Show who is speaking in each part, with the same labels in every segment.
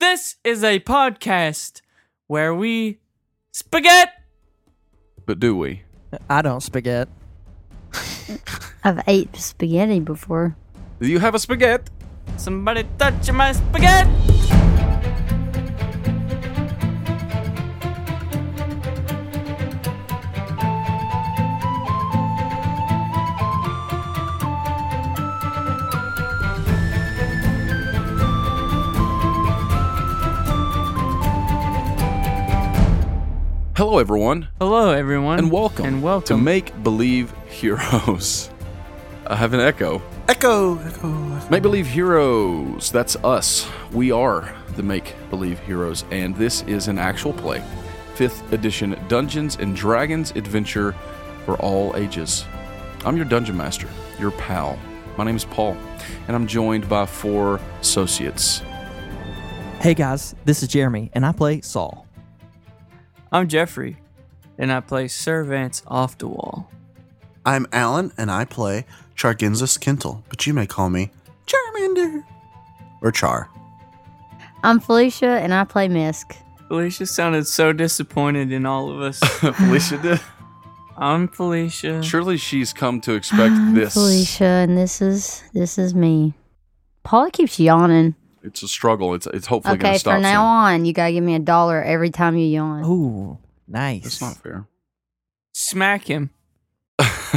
Speaker 1: This is a podcast where we spaghetti.
Speaker 2: But do we?
Speaker 3: I don't spaghetti.
Speaker 4: I've ate spaghetti before.
Speaker 2: Do you have a spaghetti?
Speaker 1: Somebody touch my spaghetti.
Speaker 2: Hello, everyone,
Speaker 1: Hello, everyone,
Speaker 2: and welcome,
Speaker 1: and welcome.
Speaker 2: to Make Believe Heroes. I have an echo.
Speaker 3: Echo, echo.
Speaker 2: Make Believe Heroes, that's us. We are the Make Believe Heroes, and this is an actual play. Fifth edition Dungeons and Dragons adventure for all ages. I'm your dungeon master, your pal. My name is Paul, and I'm joined by four associates.
Speaker 3: Hey guys, this is Jeremy, and I play Saul.
Speaker 1: I'm Jeffrey, and I play Servants off the wall.
Speaker 5: I'm Alan, and I play Charginzus Kintel, but you may call me Charmander or Char.
Speaker 4: I'm Felicia and I play Misk.
Speaker 1: Felicia sounded so disappointed in all of us.
Speaker 2: Felicia did.
Speaker 1: I'm Felicia.
Speaker 2: Surely she's come to expect
Speaker 4: I'm
Speaker 2: this.
Speaker 4: Felicia and this is this is me. Paula keeps yawning.
Speaker 2: It's a struggle. It's it's hopefully going
Speaker 4: okay,
Speaker 2: to stop
Speaker 4: from now
Speaker 2: soon.
Speaker 4: on, you gotta give me a dollar every time you yawn.
Speaker 3: Ooh, nice.
Speaker 2: That's not fair.
Speaker 1: Smack him.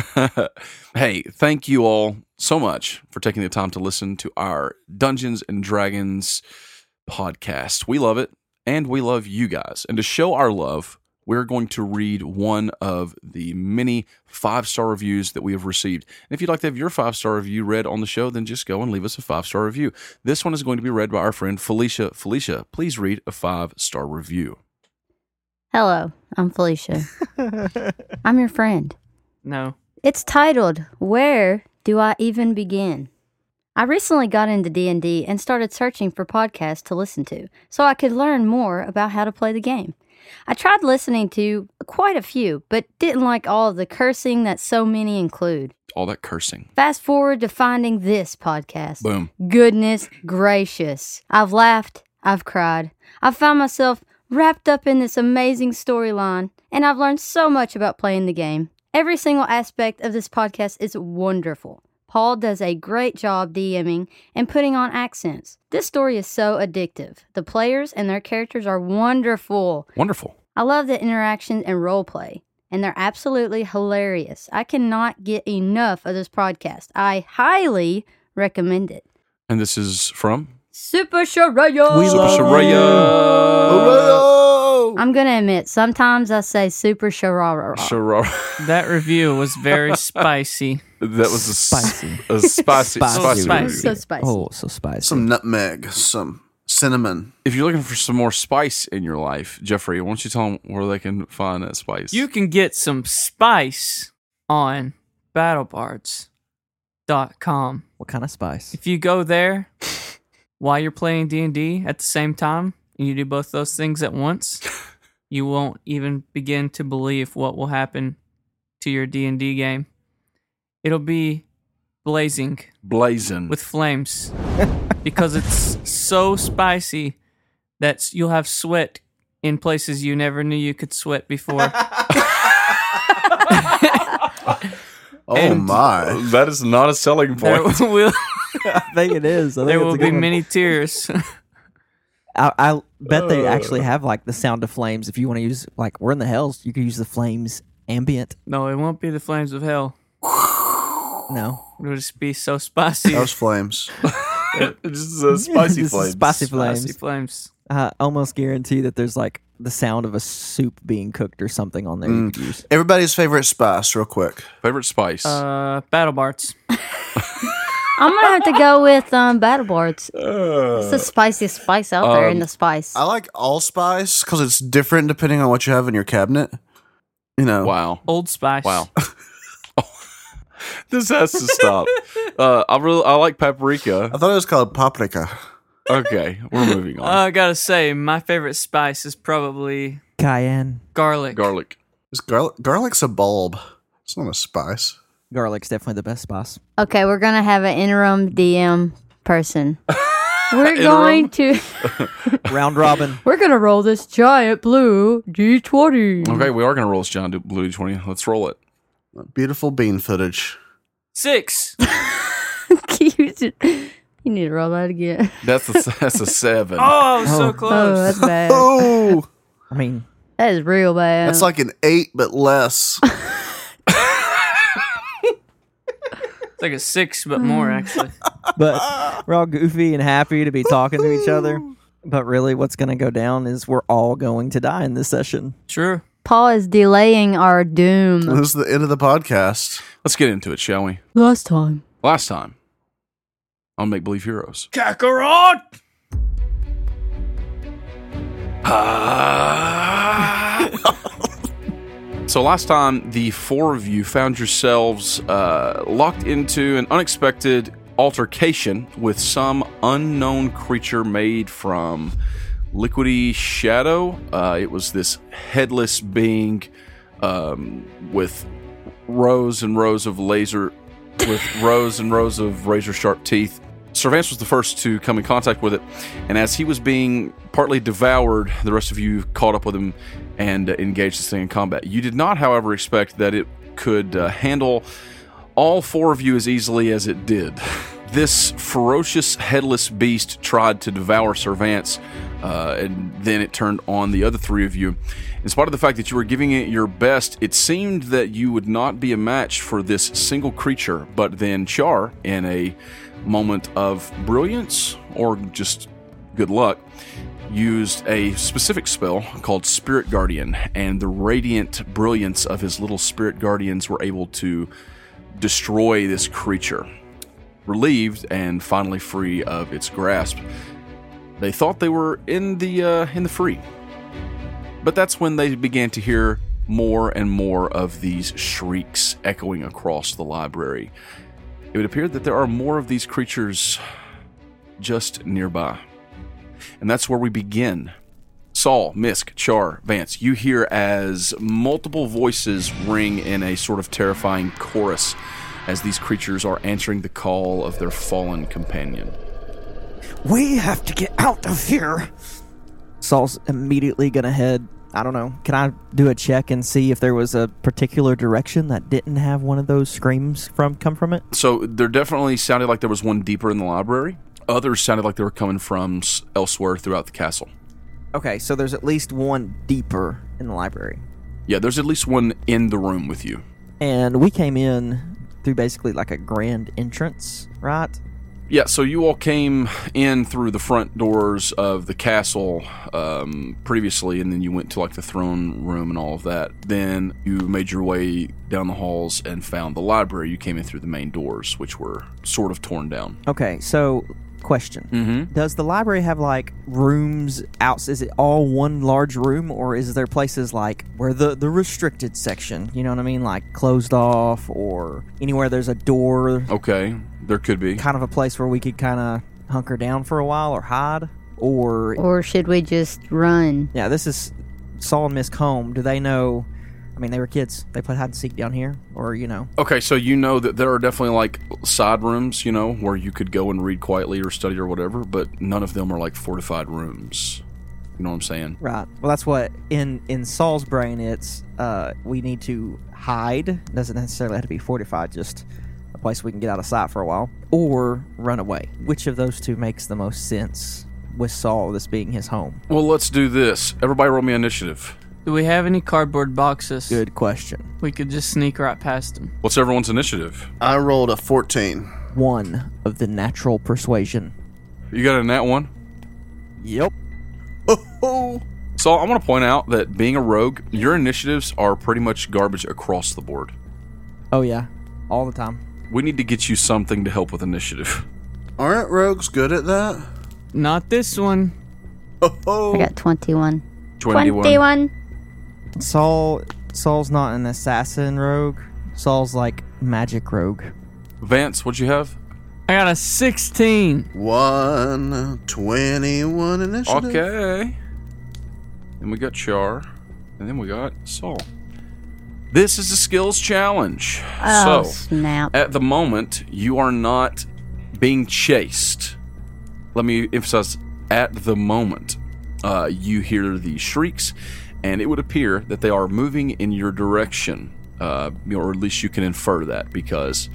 Speaker 2: hey, thank you all so much for taking the time to listen to our Dungeons and Dragons podcast. We love it and we love you guys. And to show our love, we're going to read one of the many five star reviews that we have received. And if you'd like to have your five star review read on the show, then just go and leave us a five star review. This one is going to be read by our friend Felicia. Felicia, please read a five star review.
Speaker 4: Hello, I'm Felicia. I'm your friend.
Speaker 1: No.
Speaker 4: It's titled Where Do I Even Begin? I recently got into D&D and started searching for podcasts to listen to so I could learn more about how to play the game. I tried listening to quite a few but didn't like all of the cursing that so many include.
Speaker 2: All that cursing.
Speaker 4: Fast forward to finding this podcast.
Speaker 2: Boom.
Speaker 4: Goodness gracious. I've laughed, I've cried. I've found myself wrapped up in this amazing storyline, and I've learned so much about playing the game. Every single aspect of this podcast is wonderful. Paul does a great job DMing and putting on accents. This story is so addictive. The players and their characters are wonderful.
Speaker 2: Wonderful.
Speaker 4: I love the interactions and role play, and they're absolutely hilarious. I cannot get enough of this podcast. I highly recommend it.
Speaker 2: And this is from
Speaker 4: Super Sharayo.
Speaker 3: We
Speaker 2: Super
Speaker 3: love
Speaker 2: Soraya.
Speaker 4: I'm gonna admit, sometimes I say Super Sharara.
Speaker 2: Soraya.
Speaker 1: That review was very spicy.
Speaker 2: That was a
Speaker 3: Spicy.
Speaker 2: S- a spicy,
Speaker 3: Spicy.
Speaker 2: spicy.
Speaker 1: Spicy.
Speaker 2: review.
Speaker 4: so spicy.
Speaker 3: Oh, so spicy.
Speaker 5: Some nutmeg, some cinnamon.
Speaker 2: If you're looking for some more spice in your life, Jeffrey, why don't you tell them where they can find that spice?
Speaker 1: You can get some spice on battlebards.com.
Speaker 3: what kind of spice?
Speaker 1: If you go there while you're playing D&D at the same time and you do both those things at once, you won't even begin to believe what will happen to your D&D game. It'll be blazing
Speaker 2: blazing.
Speaker 1: with flames because it's so spicy that you'll have sweat in places you never knew you could sweat before.
Speaker 5: Oh
Speaker 1: And-
Speaker 5: my.
Speaker 2: Uh, that is not a selling
Speaker 1: there
Speaker 2: point.
Speaker 1: will,
Speaker 3: I think it is. I think
Speaker 1: there
Speaker 3: it's a
Speaker 1: will
Speaker 3: good
Speaker 1: be
Speaker 3: one.
Speaker 1: many tears.
Speaker 3: I, I bet they actually have like the sound of flames. If you want to use like we're in the hells, you could use the flames ambient.
Speaker 1: no, it won't be the flames of hell.
Speaker 3: No,
Speaker 1: It'll just be so spicy.
Speaker 3: Oh,
Speaker 5: Those flames.
Speaker 2: Just a spicy
Speaker 3: This is
Speaker 2: flame.
Speaker 3: Spicy
Speaker 1: Spicy
Speaker 3: flames.
Speaker 1: flames.
Speaker 3: I almost guarantee that there's like the sound of a soup being cooked or something on there. You could use.
Speaker 5: Everybody's favorite spice, real quick.
Speaker 2: Favorite spice.
Speaker 1: Uh, battle barts.
Speaker 4: I'm gonna have to go with um, Battle Bards. it's the spiciest spice out
Speaker 3: Um,
Speaker 4: there in the spice.
Speaker 5: I like allspice because it's different depending on what you have in your cabinet. You know,
Speaker 2: wow.
Speaker 1: Old Spice.
Speaker 2: Wow. this has to stop. Uh, I really I like
Speaker 5: I
Speaker 2: paprika.
Speaker 5: thought it was called paprika.
Speaker 2: Okay, we're moving
Speaker 1: Uh,
Speaker 2: on.
Speaker 1: I gotta say, my favorite spice is probably
Speaker 3: Cayenne
Speaker 1: garlic.
Speaker 2: Garlic.
Speaker 5: Is garlic, garlic's a bulb. It's not a spice.
Speaker 3: garlic's definitely the best spice.
Speaker 4: okay, we're gonna have an interim DM person. We're
Speaker 2: In a
Speaker 4: going
Speaker 2: room?
Speaker 4: to
Speaker 3: Round robin.
Speaker 4: we're gonna roll this giant blue D twenty.
Speaker 2: Okay, we are gonna roll this John Du- Blue twenty. Let's roll it.
Speaker 5: Beautiful bean footage.
Speaker 1: Six.
Speaker 4: you should- you need to roll that again.
Speaker 2: That's a, that's a seven.
Speaker 1: Oh, so
Speaker 3: Oh.
Speaker 4: Oh,
Speaker 1: close.
Speaker 4: that's bad.
Speaker 5: Oh,
Speaker 3: I mean,
Speaker 4: That is real bad.
Speaker 5: that's like an eight, but less.
Speaker 1: It's like a six, but more actually.
Speaker 3: but we're all goofy and happy to be talking to each other. But really, what's going to go down is we're all going to die in this session.
Speaker 1: Sure.
Speaker 4: Paul is delaying our doom.
Speaker 5: this is the end of the podcast.
Speaker 2: Let's get into it, shall we?
Speaker 4: Last time.
Speaker 2: Last time on Make Believe Heroes.
Speaker 1: Kakarot.
Speaker 2: So last time, the four of you found yourselves uh, locked into an unexpected altercation with some unknown creature made from liquidy shadow. Uh, it was this headless being um, with rows and rows of laser, with rows and rows of razor sharp teeth. Servance was the first to come in contact with it, and as he was being partly devoured, the rest of you caught up with him and uh, engaged this thing in combat. You did not, however, expect that it could uh, handle all four of you as easily as it did. This ferocious headless beast tried to devour Servance, uh, and then it turned on the other three of you. In spite of the fact that you were giving it your best, it seemed that you would not be a match for this single creature. But then Char, in a moment of brilliance or just good luck, used a specific spell called Spirit Guardian, and the radiant brilliance of his little Spirit Guardians were able to destroy this creature. Relieved and finally free of its grasp, they thought they were in the uh, in the free. But that's when they began to hear more and more of these shrieks echoing across the library. It would appear that there are more of these creatures just nearby. And that's where we begin. Saul, Misk, Char, Vance, you hear as multiple voices ring in a sort of terrifying chorus as these creatures are answering the call of their fallen companion.
Speaker 3: We have to get out of here. Saul's immediately going to head. I don't know. Can I do a check and see if there was a particular direction that didn't have one of those screams from come from it?
Speaker 2: So there definitely sounded like there was one deeper in the library. Others sounded like they were coming from s- elsewhere throughout the castle.
Speaker 3: Okay, so there's at least one deeper in the library.
Speaker 2: Yeah, there's at least one in the room with you.
Speaker 3: And we came in through basically like a grand entrance, right?
Speaker 2: Yeah, so you all came in through the front doors of the castle um, previously, and then you went to like the throne room and all of that. Then you made your way down the halls and found the library. You came in through the main doors, which were sort of torn down.
Speaker 3: Okay, so question.
Speaker 2: Mm-hmm.
Speaker 3: Does the library have like rooms out? Is it all one large room, or is there places like where the the restricted section? You know what I mean, like closed off, or anywhere there's a door,
Speaker 2: Okay, there could be.
Speaker 3: kind of a place where we could kind of hunker down for a while or hide, or
Speaker 4: Or should we just run?
Speaker 3: yeah, this is Saul and Miss Combe. Do they know? I mean, they were kids. They played hide and seek down here, or you know,
Speaker 2: Okay, so you know that there are definitely like side rooms, you know, where you could go and read quietly or study or whatever, but none of them are like fortified rooms. You know what I'm saying?
Speaker 3: Right. Well, that's what in in Saul's brain it's uh we need to hide. Doesn't necessarily have to be fortified. Just a place we can get out of sight for a while, or run away. Which of those two makes the most sense? With Saul, this being his home.
Speaker 2: Well, let's do this. Everybody roll me initiative.
Speaker 1: Do we have any cardboard boxes?
Speaker 3: Good question.
Speaker 1: We could just sneak right past them.
Speaker 2: What's everyone's initiative?
Speaker 5: I rolled a 14.
Speaker 3: One of the natural persuasion.
Speaker 2: You got a nat one?
Speaker 3: Yep.
Speaker 5: Oh,
Speaker 2: So I want to point out that being a rogue, your initiatives are pretty much garbage across the board.
Speaker 3: Oh yeah, all the time.
Speaker 2: We need to get you something to help with initiative.
Speaker 5: aren't rogues good at that?
Speaker 1: Not this one.
Speaker 5: Oh,
Speaker 4: I got 21.
Speaker 2: 21.
Speaker 3: Saul Saul's not an assassin rogue. Saul's like magic rogue.
Speaker 2: Vance, what'd you have?
Speaker 1: I got a 16.
Speaker 5: one twenty-one initiative.
Speaker 2: Okay. Then we got Char. And then we got Saul. This is a skills challenge. so
Speaker 4: Oh, snap.
Speaker 2: at the moment, you are not being chased. let me emphasize at the moment uh, you hear the shrieks and it would appear that they are moving in your direction uh, or at least you can infer that because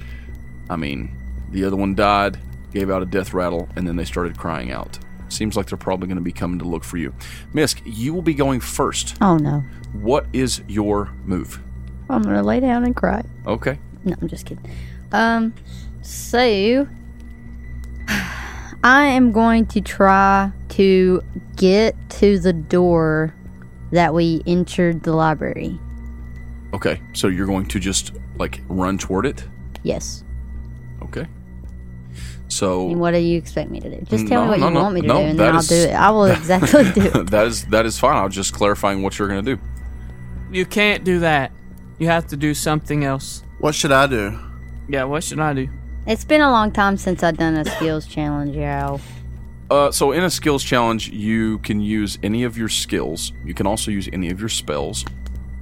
Speaker 2: i mean the other one died gave out a death rattle and then they started crying out seems like they're probably going to be coming to look for you misk you will be going first
Speaker 4: Oh no.
Speaker 2: what is your move
Speaker 4: I'm gonna lay down and cry.
Speaker 2: okay
Speaker 4: No, I'm just kidding. Um, so I am going to try to get to the door that we entered the library.
Speaker 2: okay so you're going to just like run toward it
Speaker 4: Yes.
Speaker 2: okay so
Speaker 4: And what do you expect me to do? Just tell
Speaker 2: Mm, No,
Speaker 4: me what
Speaker 2: no,
Speaker 4: you
Speaker 2: no,
Speaker 4: want me to
Speaker 2: no,
Speaker 4: do, and
Speaker 2: that
Speaker 4: then I'll
Speaker 2: is-
Speaker 4: do it. I will exactly do it.
Speaker 2: that is that is fine. I was just clarifying what you're going to do.
Speaker 1: You can't do that. You have to do something else.
Speaker 5: What should I do?
Speaker 1: Yeah, what should I do?
Speaker 4: It's been a long time since I've done a skills challenge, y'all.
Speaker 2: Uh, so in a skills challenge, you can use any of your skills. You can also use any of your spells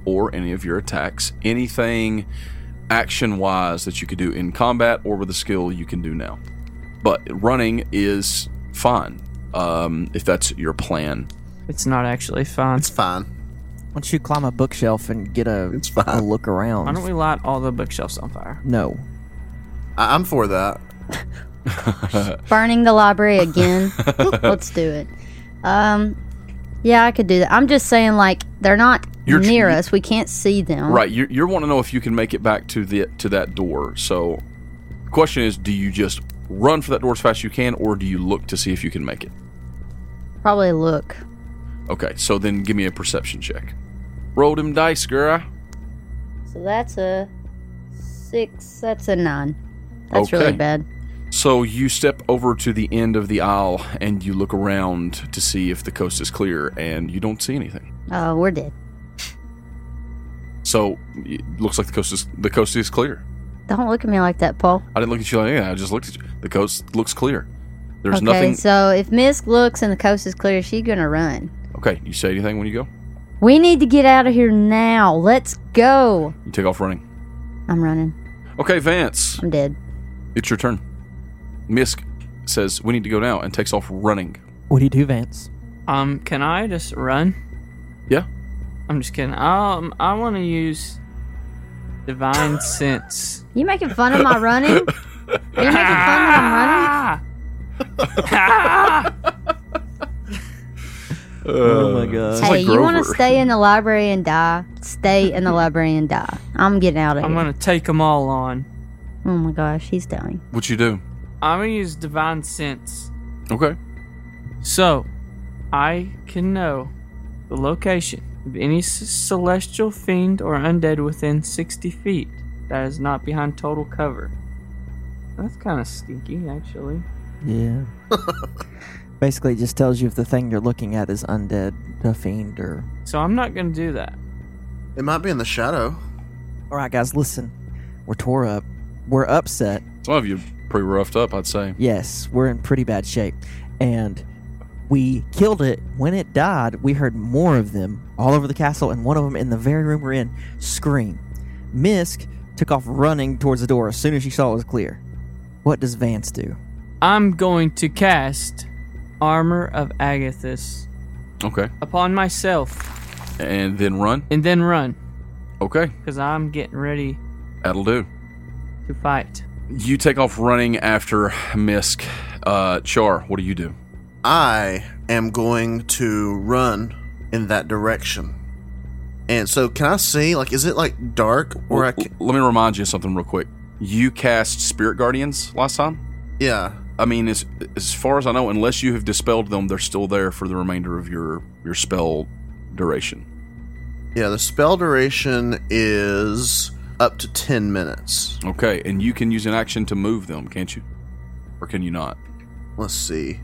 Speaker 2: or any of your attacks. Anything action-wise that you could do in combat or with a skill you can do now. But running is fine um, if that's your plan.
Speaker 1: It's not actually fun.
Speaker 5: It's fine.
Speaker 3: Once you climb a bookshelf and get a,
Speaker 5: It's fine.
Speaker 3: a look around.
Speaker 1: Why don't we light all the bookshelves on fire?
Speaker 3: No.
Speaker 5: I- I'm for that.
Speaker 4: Burning the library again. Let's do it. Um, yeah, I could do that. I'm just saying, like, they're not
Speaker 2: You're tr-
Speaker 4: near us. We can't see them.
Speaker 2: Right, you you want to know if you can make it back to the to that door. So, question is, do you just run for that door as fast as you can, or do you look to see if you can make it?
Speaker 4: Probably look.
Speaker 2: Okay, so then give me a perception check. Roll them dice, girl.
Speaker 4: So that's a six. That's a nine. That's
Speaker 2: Okay.
Speaker 4: really bad.
Speaker 2: So you step over to the end of the aisle and you look around to see if the coast is clear, and you don't see anything.
Speaker 4: Oh, we're dead.
Speaker 2: So it looks like the coast is the coast is clear.
Speaker 4: Don't look at me like that, Paul.
Speaker 2: I didn't look at you like yeah, I just looked at you. The coast looks clear. There's
Speaker 4: okay,
Speaker 2: nothing.
Speaker 4: so if Misk looks and the coast is clear, she's gonna run.
Speaker 2: Okay, you say anything when you go?
Speaker 4: We need to get out of here now. Let's go.
Speaker 2: You take off running.
Speaker 4: I'm running.
Speaker 2: Okay, Vance.
Speaker 4: I'm dead.
Speaker 2: It's your turn. Misk says, We need to go now, and takes off running.
Speaker 3: What do you do, Vance?
Speaker 1: Um, can I just run?
Speaker 2: Yeah.
Speaker 1: I'm just kidding. Um, I want to use divine sense.
Speaker 4: You making fun of my running? Are you making fun of my running?
Speaker 1: Ah! Ah!
Speaker 3: oh my god.
Speaker 2: It's
Speaker 4: Hey,
Speaker 2: like
Speaker 4: you want to
Speaker 2: Grover.
Speaker 4: stay in the library and die? Stay in the library and die. I'm getting out of
Speaker 1: I'm
Speaker 4: here.
Speaker 1: gonna take them all on.
Speaker 4: Oh my gosh, he's dying.
Speaker 2: What you do?
Speaker 1: I'm gonna use divine sense,
Speaker 2: Okay.
Speaker 1: so I can know the location of any c- celestial fiend or undead within 60 feet that is not behind total cover. That's kind of stinky, actually.
Speaker 3: Yeah. Basically, it just tells you if the thing you're looking at is undead, a fiend, or.
Speaker 1: So I'm not gonna do that.
Speaker 5: It might be in the shadow.
Speaker 3: All right, guys, listen. We're tore up. We're upset.
Speaker 2: Some of you pretty roughed up, I'd say.
Speaker 3: Yes, we're in pretty bad shape. And we killed it. When it died, we heard more of them all over the castle, and one of them in the very room we're in scream. Misk took off running towards the door as soon as she saw it was clear. What does Vance do?
Speaker 1: I'm going to cast Armor of Agathis
Speaker 2: Okay.
Speaker 1: upon myself
Speaker 2: And then run.
Speaker 1: and then run
Speaker 2: Okay.
Speaker 1: because I'm getting ready
Speaker 2: That'll do.
Speaker 1: to fight.
Speaker 2: You take off running after Misk. Uh, Char, what do you do?
Speaker 5: I am going to run in that direction. And so, can I see? Like, is it like dark where I
Speaker 2: L-
Speaker 5: can?
Speaker 2: Let me remind you of something real quick. You cast Spirit Guardians last time.
Speaker 5: Yeah.
Speaker 2: I mean, as, as far as I know, unless you have dispelled them, they're still there for the remainder of your, your spell duration.
Speaker 5: Yeah, the spell duration is up to 10 minutes.
Speaker 2: Okay. And you can use an action to move them, can't you? Or can you not?
Speaker 5: Let's see.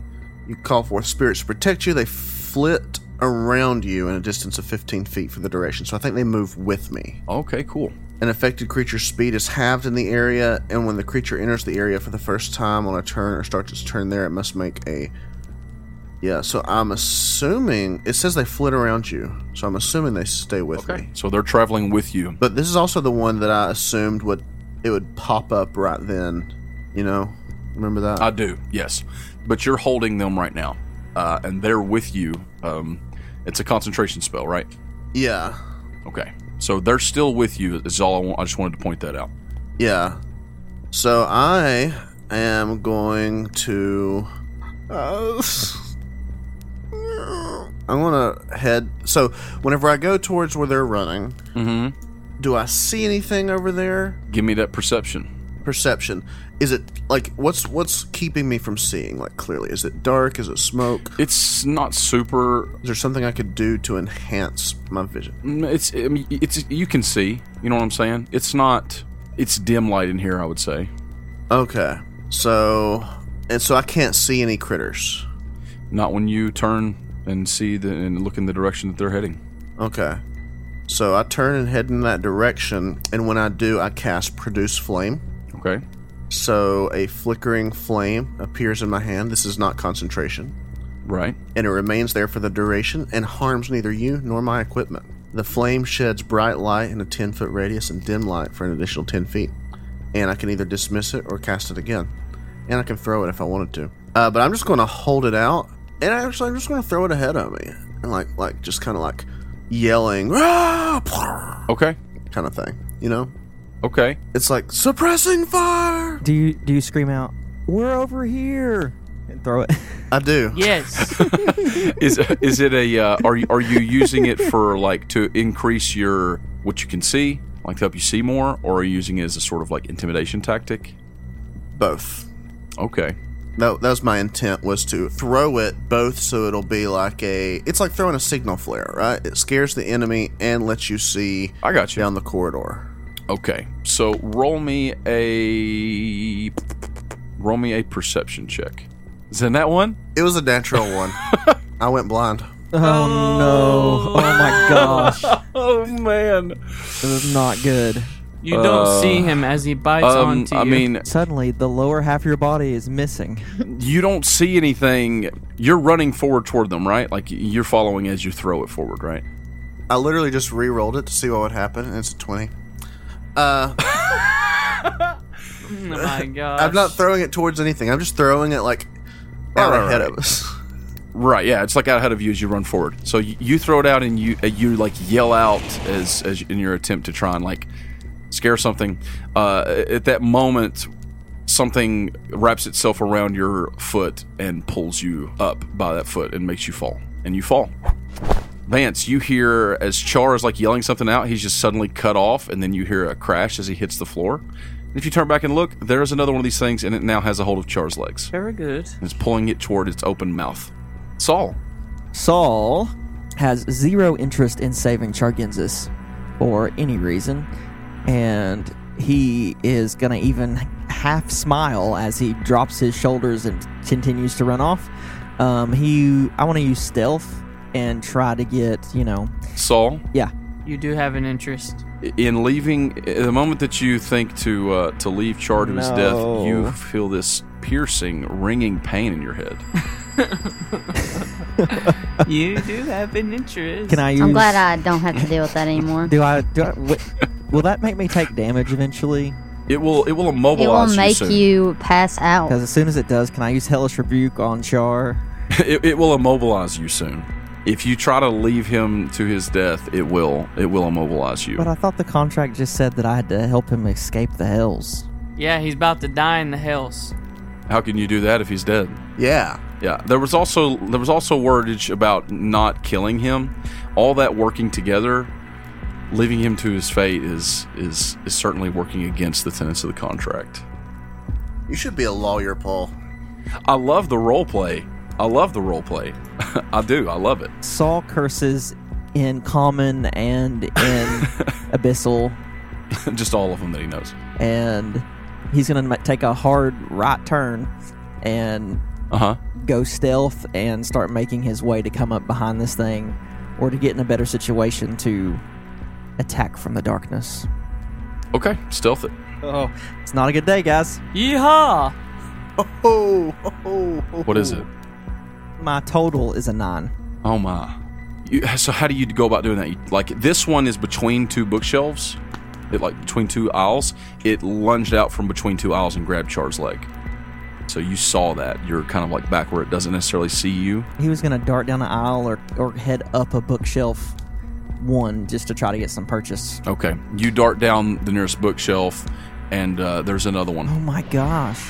Speaker 5: You call for spirits to protect you. They flit around you in a distance of 15 feet for the duration. So I think they move with me.
Speaker 2: Okay, cool.
Speaker 5: An affected creature's speed is halved in the area, and when the creature enters the area for the first time on a turn or starts its turn there, it must make a. Yeah, so I'm assuming. It says they flit around you, so I'm assuming they stay with me.
Speaker 2: So they're traveling with you.
Speaker 5: But this is also the one that I assumed would. It would pop up right then, you know? Remember that?
Speaker 2: I do, yes. but you're holding them right now, uh, and they're with you. Um, it's a concentration spell, right?
Speaker 5: Yeah.
Speaker 2: Okay, so they're still with you. Is all I want. I just wanted to point that out.
Speaker 5: Yeah. So I am going to. Uh, I'm going to head. So whenever I go towards where they're running,
Speaker 2: Mm-hmm.
Speaker 5: do I see anything over there?
Speaker 2: Give me that perception.
Speaker 5: Perception. Is it like what's what's keeping me from seeing like clearly? Is it dark? Is it smoke?
Speaker 2: It's not super
Speaker 5: Is there something I could do to enhance my vision?
Speaker 2: Mm, It's I mean, it's you can see. You know what I'm saying? It's not. It's dim light in here. I would say.
Speaker 5: Okay. So and so I can't see any critters.
Speaker 2: Not when you turn and see the and look in the direction that they're heading.
Speaker 5: Okay. So I turn and head in that direction, and when I do, I cast Produce Flame.
Speaker 2: Okay.
Speaker 5: So a flickering flame appears in my hand. This is not concentration.
Speaker 2: Right.
Speaker 5: and it remains there for the duration and harms neither you nor my equipment. The flame sheds bright light in a 10 foot radius and dim light for an additional 10 feet, and I can either dismiss it or cast it again. And I can throw it if I wanted to. Uh, but I'm just going to hold it out, and actually, I'm just going to throw it ahead of me. And like, like just kind of like yelling, kind
Speaker 2: Okay.
Speaker 5: of thing. You know?
Speaker 2: Okay.
Speaker 5: It's like suppressing fire!
Speaker 3: Do you do you scream out, "We're over here!" and throw it?
Speaker 5: I do.
Speaker 1: Yes.
Speaker 2: Is is it a? Uh, are you are you using it for like to increase your what you can see, like to help you see more, or are you using it as a sort of like intimidation tactic?
Speaker 5: Both.
Speaker 2: Okay.
Speaker 5: That, that was my intent was to throw it both so it'll be like a it's like throwing a signal flare right it scares the enemy and lets you see
Speaker 2: I got you.
Speaker 5: down the corridor
Speaker 2: Okay. So roll me a roll me a perception check. Is that that one?
Speaker 5: it was a natural one i went blind
Speaker 3: Oh, no! Oh my gosh!
Speaker 2: Oh man.
Speaker 3: This is not good.
Speaker 1: You don't see him as he bites
Speaker 2: Uh, Um,
Speaker 1: onto you.
Speaker 2: I mean,
Speaker 3: Suddenly, the lower half of your body is missing.
Speaker 2: you don't see anything. You're running forward toward them, right? Like you're following as you throw it forward, right?
Speaker 5: i literally just re-rolled it to see what would happen and it's a 20 uh
Speaker 1: oh my god.
Speaker 5: i'm not throwing it towards anything i'm just throwing it like out
Speaker 2: Right, right,
Speaker 5: ahead
Speaker 2: right.
Speaker 5: of us
Speaker 2: Right. Yeah, it's like out ahead of you as you run forward. So you, you throw it out and you uh, you like yell out as as in your attempt to try and like scare something. Uh, at that moment, something wraps itself around your foot and pulls you up by that foot and makes you fall, and you fall. Vance, you hear as Char is like yelling something out, he's just suddenly cut off, and then you hear a crash as he hits the floor. And if you turn back and look, there is another one of these things, and it now has a hold of Char's legs.
Speaker 1: Very good.
Speaker 2: and It's pulling it toward its open mouth. Saul,
Speaker 3: Saul has zero interest in saving Chargensis for any reason, and he is going to even half smile as he drops his shoulders and continues to run off. Um, he, I want to use stealth and try to get, you know,
Speaker 2: Saul,
Speaker 3: yeah,
Speaker 1: You do have an interest.
Speaker 2: in leaving, the moment that you think to uh, to leave Char to his death,
Speaker 3: No.
Speaker 2: you feel this piercing, ringing pain in your head.
Speaker 1: You do have an interest.
Speaker 3: can I use?
Speaker 4: I'm glad I don't have to deal with that anymore.
Speaker 3: do I do? I, wi- will that make me take damage eventually?
Speaker 2: It will it will
Speaker 4: It will
Speaker 2: immobilize
Speaker 4: make
Speaker 2: you. soon.
Speaker 4: you pass out.
Speaker 3: Because as soon as it does, can I use hellish rebuke on Char?
Speaker 2: it, it will immobilize you soon. If you try to leave him to his death, it will it will immobilize you.
Speaker 3: But I thought the contract just said that I had to help him escape the hells.
Speaker 1: Yeah, he's about to die in the hells.
Speaker 2: How can you do that if he's dead?
Speaker 5: yeah
Speaker 2: Yeah, there was also there was also wordage about not killing him. All that working together, leaving him to his fate is is is certainly working against the tenets of the contract.
Speaker 5: you should be a lawyer paul
Speaker 2: I love the role play. I love the role play. I do. I love it.
Speaker 3: Saul curses in common and in abyssal,
Speaker 2: Just all of them that he knows.
Speaker 3: and he's gonna ma- take a hard right turn and
Speaker 2: Uh huh.
Speaker 3: go stealth and start making his way to come up behind this thing, or to get in a better situation to attack from the darkness.
Speaker 2: Okay, stealth it.
Speaker 3: Oh, it's not a good day, guys.
Speaker 1: Yeehaw!
Speaker 5: oh, oh, oh.
Speaker 2: What is it?
Speaker 3: My total is a nine.
Speaker 2: Oh my. You, so how do you go about doing that? You, like this one is between two bookshelves. It like between two aisles. It lunged out from between two aisles and grabbed Char's leg. So you saw that. You're kind of like back where it doesn't necessarily see you.
Speaker 3: He was going to dart down the aisle or, or head up a bookshelf one just to try to get some purchase.
Speaker 2: Okay. You dart down the nearest bookshelf, and uh, there's another
Speaker 3: Oh
Speaker 2: one.
Speaker 3: my gosh.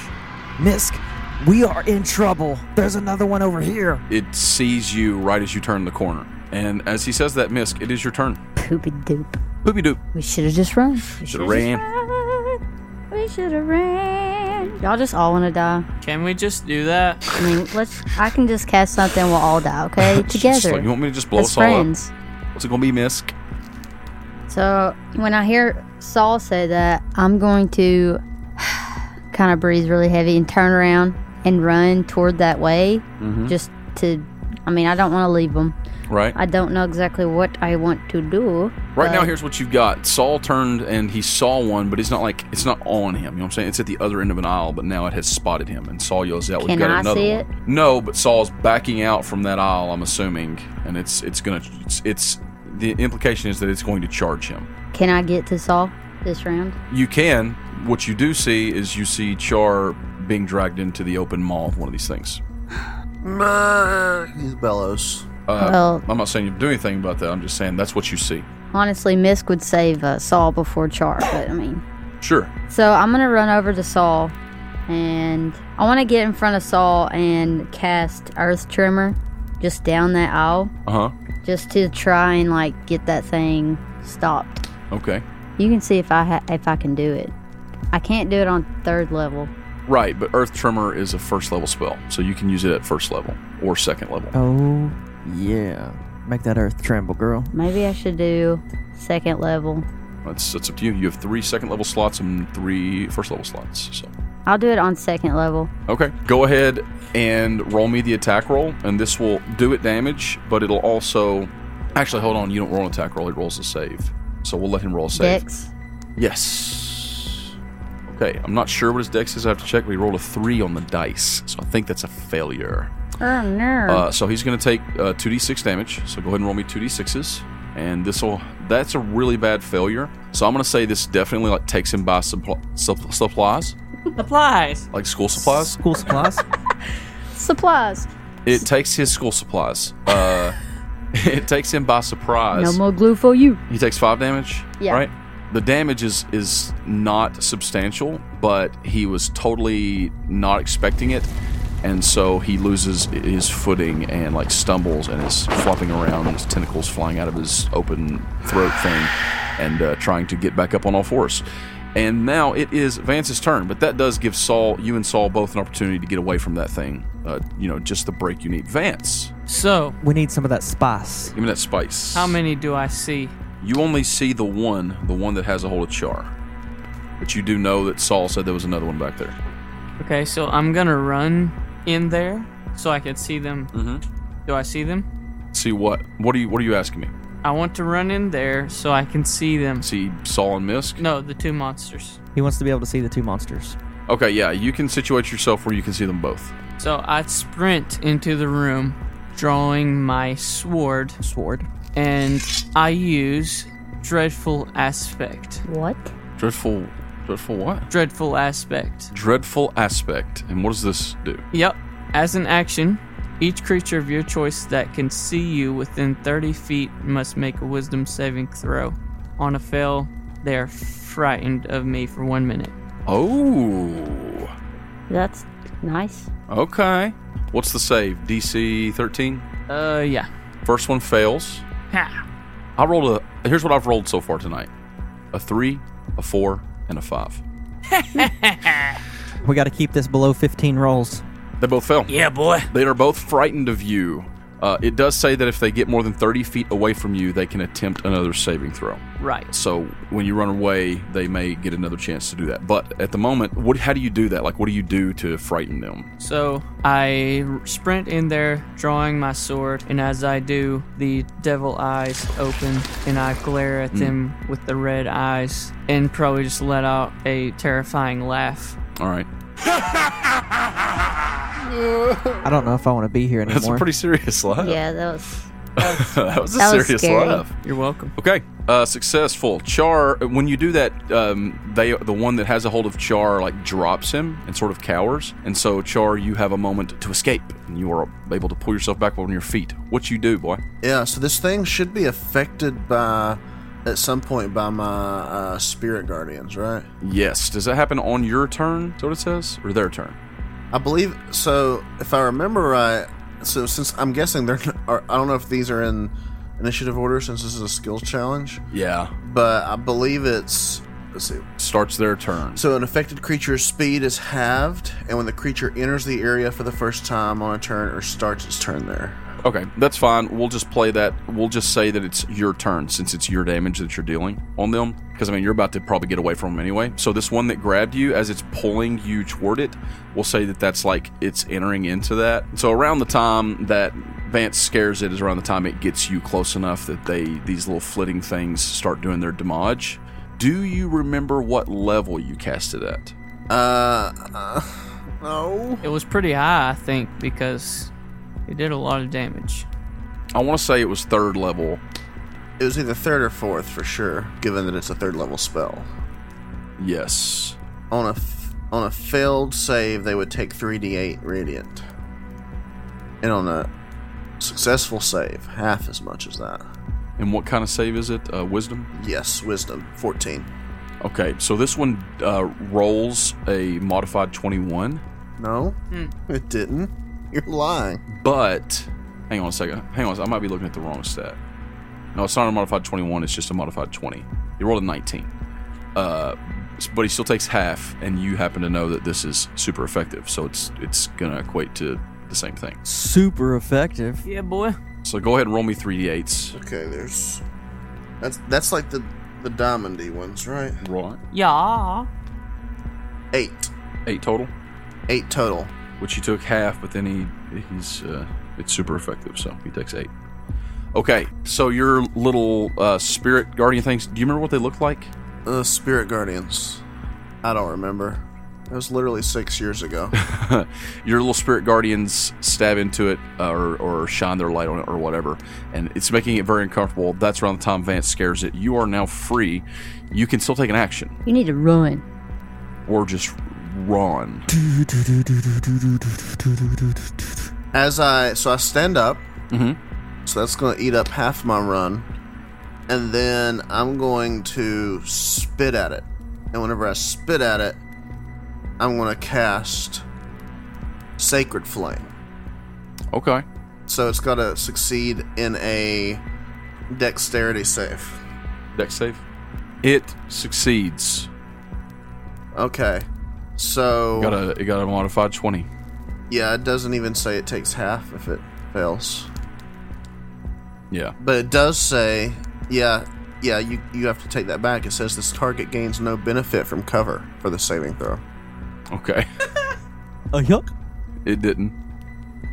Speaker 3: Misk, we are in trouble. There's another one over here.
Speaker 2: It sees you right as you turn the corner. And as he says that, Misk, it is your turn.
Speaker 4: Poopy doop.
Speaker 2: Poopy doop.
Speaker 4: We should have just run. We
Speaker 2: Should have
Speaker 4: shoulda
Speaker 2: ran.
Speaker 4: just run. We should have ran. Y'all just all want to die.
Speaker 1: Can we just do that?
Speaker 4: I mean, let's. I can just cast something. We'll all die. Okay,
Speaker 2: It's just
Speaker 4: together.
Speaker 2: like, you want me to just blow
Speaker 4: as
Speaker 2: us all
Speaker 4: friends.
Speaker 2: up? What's it going to be, Misk?
Speaker 4: So when I hear Saul say that, I'm going to kind of breathe really heavy and turn around and run toward that way,
Speaker 2: Mm-hmm.
Speaker 4: just to. I mean, I don't want to leave them.
Speaker 2: Right?
Speaker 4: I don't know exactly what I want to do.
Speaker 2: Right now,
Speaker 4: but-
Speaker 2: here's what you've got. Saul turned and he saw one, but it's not like it's not on him. You know what I'm saying? It's at the other end of an aisle, but now it has spotted him. And Saul yells out, "We've
Speaker 4: Can
Speaker 2: got
Speaker 4: I
Speaker 2: another
Speaker 4: see
Speaker 2: one."
Speaker 4: it?
Speaker 2: No, but Saul's backing out from that aisle. I'm assuming, and it's it's gonna it's, it's the implication is that it's going to charge him.
Speaker 4: Can I get to Saul this round?
Speaker 2: You can. What you do see is you see Char being dragged into the open maw of one of these things.
Speaker 5: He's bellows.
Speaker 2: Uh,
Speaker 4: Well-
Speaker 2: I'm not saying you do anything about that. I'm just saying that's what you see.
Speaker 4: Honestly, Misk would save uh, Saul before Char, but I mean.
Speaker 2: Sure.
Speaker 4: So I'm gonna run over to Saul, and I want to get in front of Saul and cast Earth Tremor just down that aisle,
Speaker 2: Uh huh.
Speaker 4: just to try and like get that thing stopped.
Speaker 2: Okay.
Speaker 4: You can see if I ha- if I can do it. I can't do it on third level.
Speaker 2: Right, but Earth Tremor is a first level spell, so you can use it at first level or second level.
Speaker 3: Oh, yeah. Make that earth tremble, girl.
Speaker 4: Maybe I should do second level.
Speaker 2: That's that's up to you. You have three second level slots and three first level slots. So
Speaker 4: I'll do it on second level.
Speaker 2: okay, go ahead and roll me the attack roll, and this will do it damage, but it'll also actually hold on. You don't roll an attack roll; he rolls a save. So we'll let him roll a save.
Speaker 4: Dex.
Speaker 2: Yes. Okay, I'm not sure what his dex is. I have to check. But he rolled a three on the dice, so I think that's a failure.
Speaker 4: Oh no.
Speaker 2: Uh, so he's going to take uh, 2d6 damage. So go ahead and roll me 2d6s. And this will that's a really bad failure. So I'm going to say this definitely like takes him by suppl- sup- supplies,
Speaker 1: Applies.
Speaker 2: like school supplies.
Speaker 3: School supplies?
Speaker 4: Supplies.
Speaker 2: It takes his school supplies. Uh, it takes him by surprise.
Speaker 4: No more glue for you.
Speaker 2: He takes five damage.
Speaker 4: Yeah.
Speaker 2: Right. The damage is is not substantial, but he was totally not expecting it, and so he loses his footing and like stumbles and is flopping around, his tentacles flying out of his open throat thing, and uh, trying to get back up on all fours. And now it is Vance's turn, but that does give Saul, you and Saul, both an opportunity to get away from that thing. Uh, you know, just the break you need. Vance,
Speaker 1: So,
Speaker 3: we need some of that spice.
Speaker 2: give me that spice.
Speaker 1: how many do I see?
Speaker 2: You only see the one, the one that has a hold of Char. But you do know that Saul said there was another one back there.
Speaker 1: Okay, so I'm gonna run in there so I can see them.
Speaker 2: Mm-hmm.
Speaker 1: Do I see them?
Speaker 2: See what? What are you? What are you asking me?
Speaker 1: I want to run in there so I can see them.
Speaker 2: See Saul and Misk?
Speaker 1: No, the two monsters.
Speaker 3: He wants to be able to see the two monsters.
Speaker 2: Okay, yeah. You can situate yourself where you can see them both.
Speaker 1: So I sprint into the room, drawing my sword,
Speaker 3: Sword.
Speaker 1: and I use dreadful aspect.
Speaker 4: What?
Speaker 2: Dreadful, dreadful what?
Speaker 1: Dreadful aspect.
Speaker 2: Dreadful aspect. And what does this do?
Speaker 1: Yep. As an action, each creature of your choice that can see you within 30 feet must make a wisdom saving throw. On a fail, they are frightened of me for one minute.
Speaker 2: Oh,
Speaker 4: That's nice.
Speaker 2: okay. What's the save? DC 13.
Speaker 1: Uh, yeah.
Speaker 2: First one fails.
Speaker 1: Ha!
Speaker 2: I rolled a. Here's what I've rolled so far tonight: a three, a four, and a five.
Speaker 3: We got to keep this below 15 rolls.
Speaker 2: They both fail.
Speaker 1: Yeah, boy.
Speaker 2: They are both frightened of you. Uh, it does say that if they get more than 30 feet away from you, they can attempt another saving throw.
Speaker 1: Right.
Speaker 2: So when you run away, they may get another chance to do that. But at the moment, what? How do you do that? Like, what do you do to frighten them?
Speaker 1: So I r- sprint in there, drawing my sword, and as I do, the devil eyes open and I glare at them with the red eyes and probably just let out a terrifying laugh.
Speaker 2: All right,
Speaker 3: I don't know if I want to be here
Speaker 2: that's
Speaker 3: anymore.
Speaker 2: a pretty serious laugh.
Speaker 4: Yeah, that was
Speaker 2: that was a
Speaker 4: That was
Speaker 2: serious
Speaker 4: scary.
Speaker 2: laugh.
Speaker 1: You're welcome.
Speaker 2: Okay, uh, successful. Char, when you do that, um, they the one that has a hold of Char like drops him and sort of cowers, and so Char, you have a moment to escape, and you are able to pull yourself back on your feet. What you do, boy?
Speaker 5: Yeah, so this thing should be affected by, at some point, by my uh, spirit guardians, right?
Speaker 2: Yes. Does that happen on your turn? Is what it says, or their turn?
Speaker 5: I believe so. If I remember right, so since I'm guessing they're, are, I don't know if these are in initiative order since this is a skill challenge,
Speaker 2: Yeah.
Speaker 5: but I believe it's. Let's see.
Speaker 2: Starts their turn.
Speaker 5: So an affected creature's speed is halved, and when the creature enters the area for the first time on a turn or starts its turn there.
Speaker 2: Okay, that's fine. We'll just play that. We'll just say that it's your turn since it's your damage that you're dealing on them. Because, I mean, you're about to probably get away from them anyway. So, this one that grabbed you, as it's pulling you toward it, we'll say that that's like it's entering into that. So, around the time that Vance scares it, is around the time it gets you close enough that they, these little flitting things, start doing their damage. Do you remember what level you cast it at?
Speaker 5: Uh, uh no.
Speaker 1: It was pretty high, I think, because it did a lot of damage.
Speaker 2: I want to say it was third level.
Speaker 5: It was either third or fourth for sure, given that it's a third level spell.
Speaker 2: Yes.
Speaker 5: On a f- on a failed save, they would take 3d8 radiant, and on a successful save, half as much as that.
Speaker 2: And what kind of save is it? Uh, wisdom?
Speaker 5: Yes, wisdom 14.
Speaker 2: Okay, so this one uh, rolls a modified 21,
Speaker 5: No, it didn't. You're lying.
Speaker 2: but hang on a second. Hang on, I might be looking at the wrong stat. No, it's not a modified 21, it's just a modified 20. He rolled a 19. Uh, but he still takes half, and you happen to know that this is super effective, so it's it's gonna equate to the same thing.
Speaker 3: Super effective.
Speaker 1: Yeah, boy.
Speaker 2: So go ahead and roll me 3d8s.
Speaker 5: Okay, there's that's that's like the the diamondy ones, right?
Speaker 2: Right.
Speaker 1: Yeah.
Speaker 5: Eight,
Speaker 2: Eight total,
Speaker 5: eight total.
Speaker 2: which he took half, but then he he's uh, it's super effective, so he takes eight. Okay, so your little uh, spirit guardian things, do you remember what they look like?
Speaker 5: Uh, Spirit Guardians. I don't remember. It was literally six years ago.
Speaker 2: your little spirit guardians stab into it uh, or, or shine their light on it or whatever and it's making it very uncomfortable that's around the time vance scares it you are now free you can still take an action
Speaker 4: You need to run.
Speaker 2: or just run
Speaker 5: As I so I stand up,
Speaker 2: Mhm.
Speaker 5: so that's going to eat up half my run, and then I'm going to spit at it. And whenever I spit at it, I'm going to cast Sacred Flame.
Speaker 2: okay
Speaker 5: So it's got to succeed in a Dexterity save.
Speaker 2: dex save it succeeds
Speaker 5: Okay, so
Speaker 2: got a it got a modified 20
Speaker 5: yeah, it doesn't even say it takes half if it fails.
Speaker 2: yeah
Speaker 5: But it does say, yeah, yeah, you, you have to take that back. It says this target gains no benefit from cover for the saving throw.
Speaker 2: okay
Speaker 3: A yuck.
Speaker 2: it didn't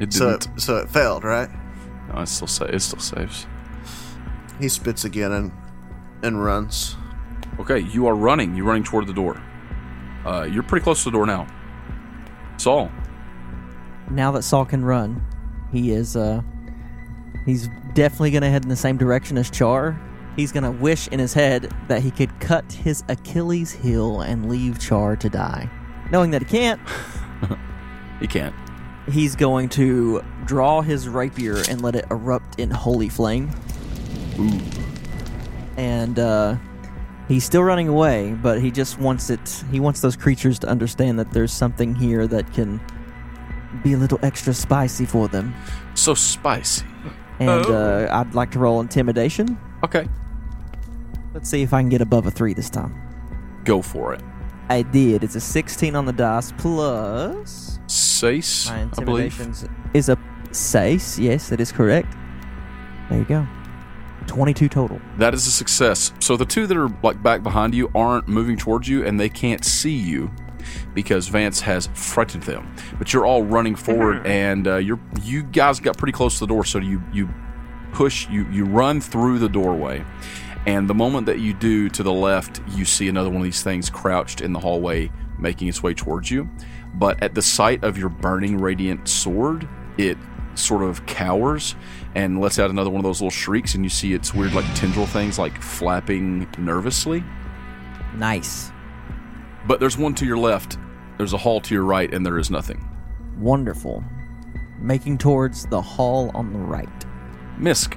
Speaker 2: it
Speaker 5: So
Speaker 2: didn't
Speaker 5: it, so it failed, right?
Speaker 2: no, it still sa- it still saves
Speaker 5: He spits again and and runs.
Speaker 2: Okay, you are running. You're running toward the door. Uh, you're pretty close to the door now. Saul,
Speaker 3: Now that Saul can run, he is uh he's definitely gonna head in the same direction as Char. He's gonna wish in his head that he could cut his Achilles heel and leave Char to die. Knowing that he can't,
Speaker 2: he can't.
Speaker 3: he's going to draw his rapier and let it erupt in holy flame. And uh, he's still running away, but he just wants it. He wants those creatures to understand that there's something here that can be a little extra spicy for them.
Speaker 2: So spicy.
Speaker 3: And
Speaker 2: Oh.
Speaker 3: uh, I'd like to roll intimidation.
Speaker 2: Okay,
Speaker 3: Let's see if I can get above a three this time.
Speaker 2: go for it.
Speaker 3: I did. It's a 16 on the dice plus
Speaker 2: Sace,
Speaker 3: My
Speaker 2: I believe.
Speaker 3: intimidations is a sace. Yes, that is correct. There you go. Twenty-two total.
Speaker 2: That is a success. So the two that are like back behind you aren't moving towards you, and they can't see you because Vance has frightened them. But you're all running forward, and uh, you're you guys got pretty close to the door. So you you push you you run through the doorway, and the moment that you do to the left, you see another one of these things crouched in the hallway, making its way towards you. But at the sight of your burning radiant sword, it sort of cowers and lets out another one of those little shrieks, and you see its weird, like, tendril things, like, flapping nervously.
Speaker 3: Nice.
Speaker 2: But there's one to your left, there's a hall to your right, and there is nothing.
Speaker 3: Wonderful. Making towards the hall on the right.
Speaker 2: Misk,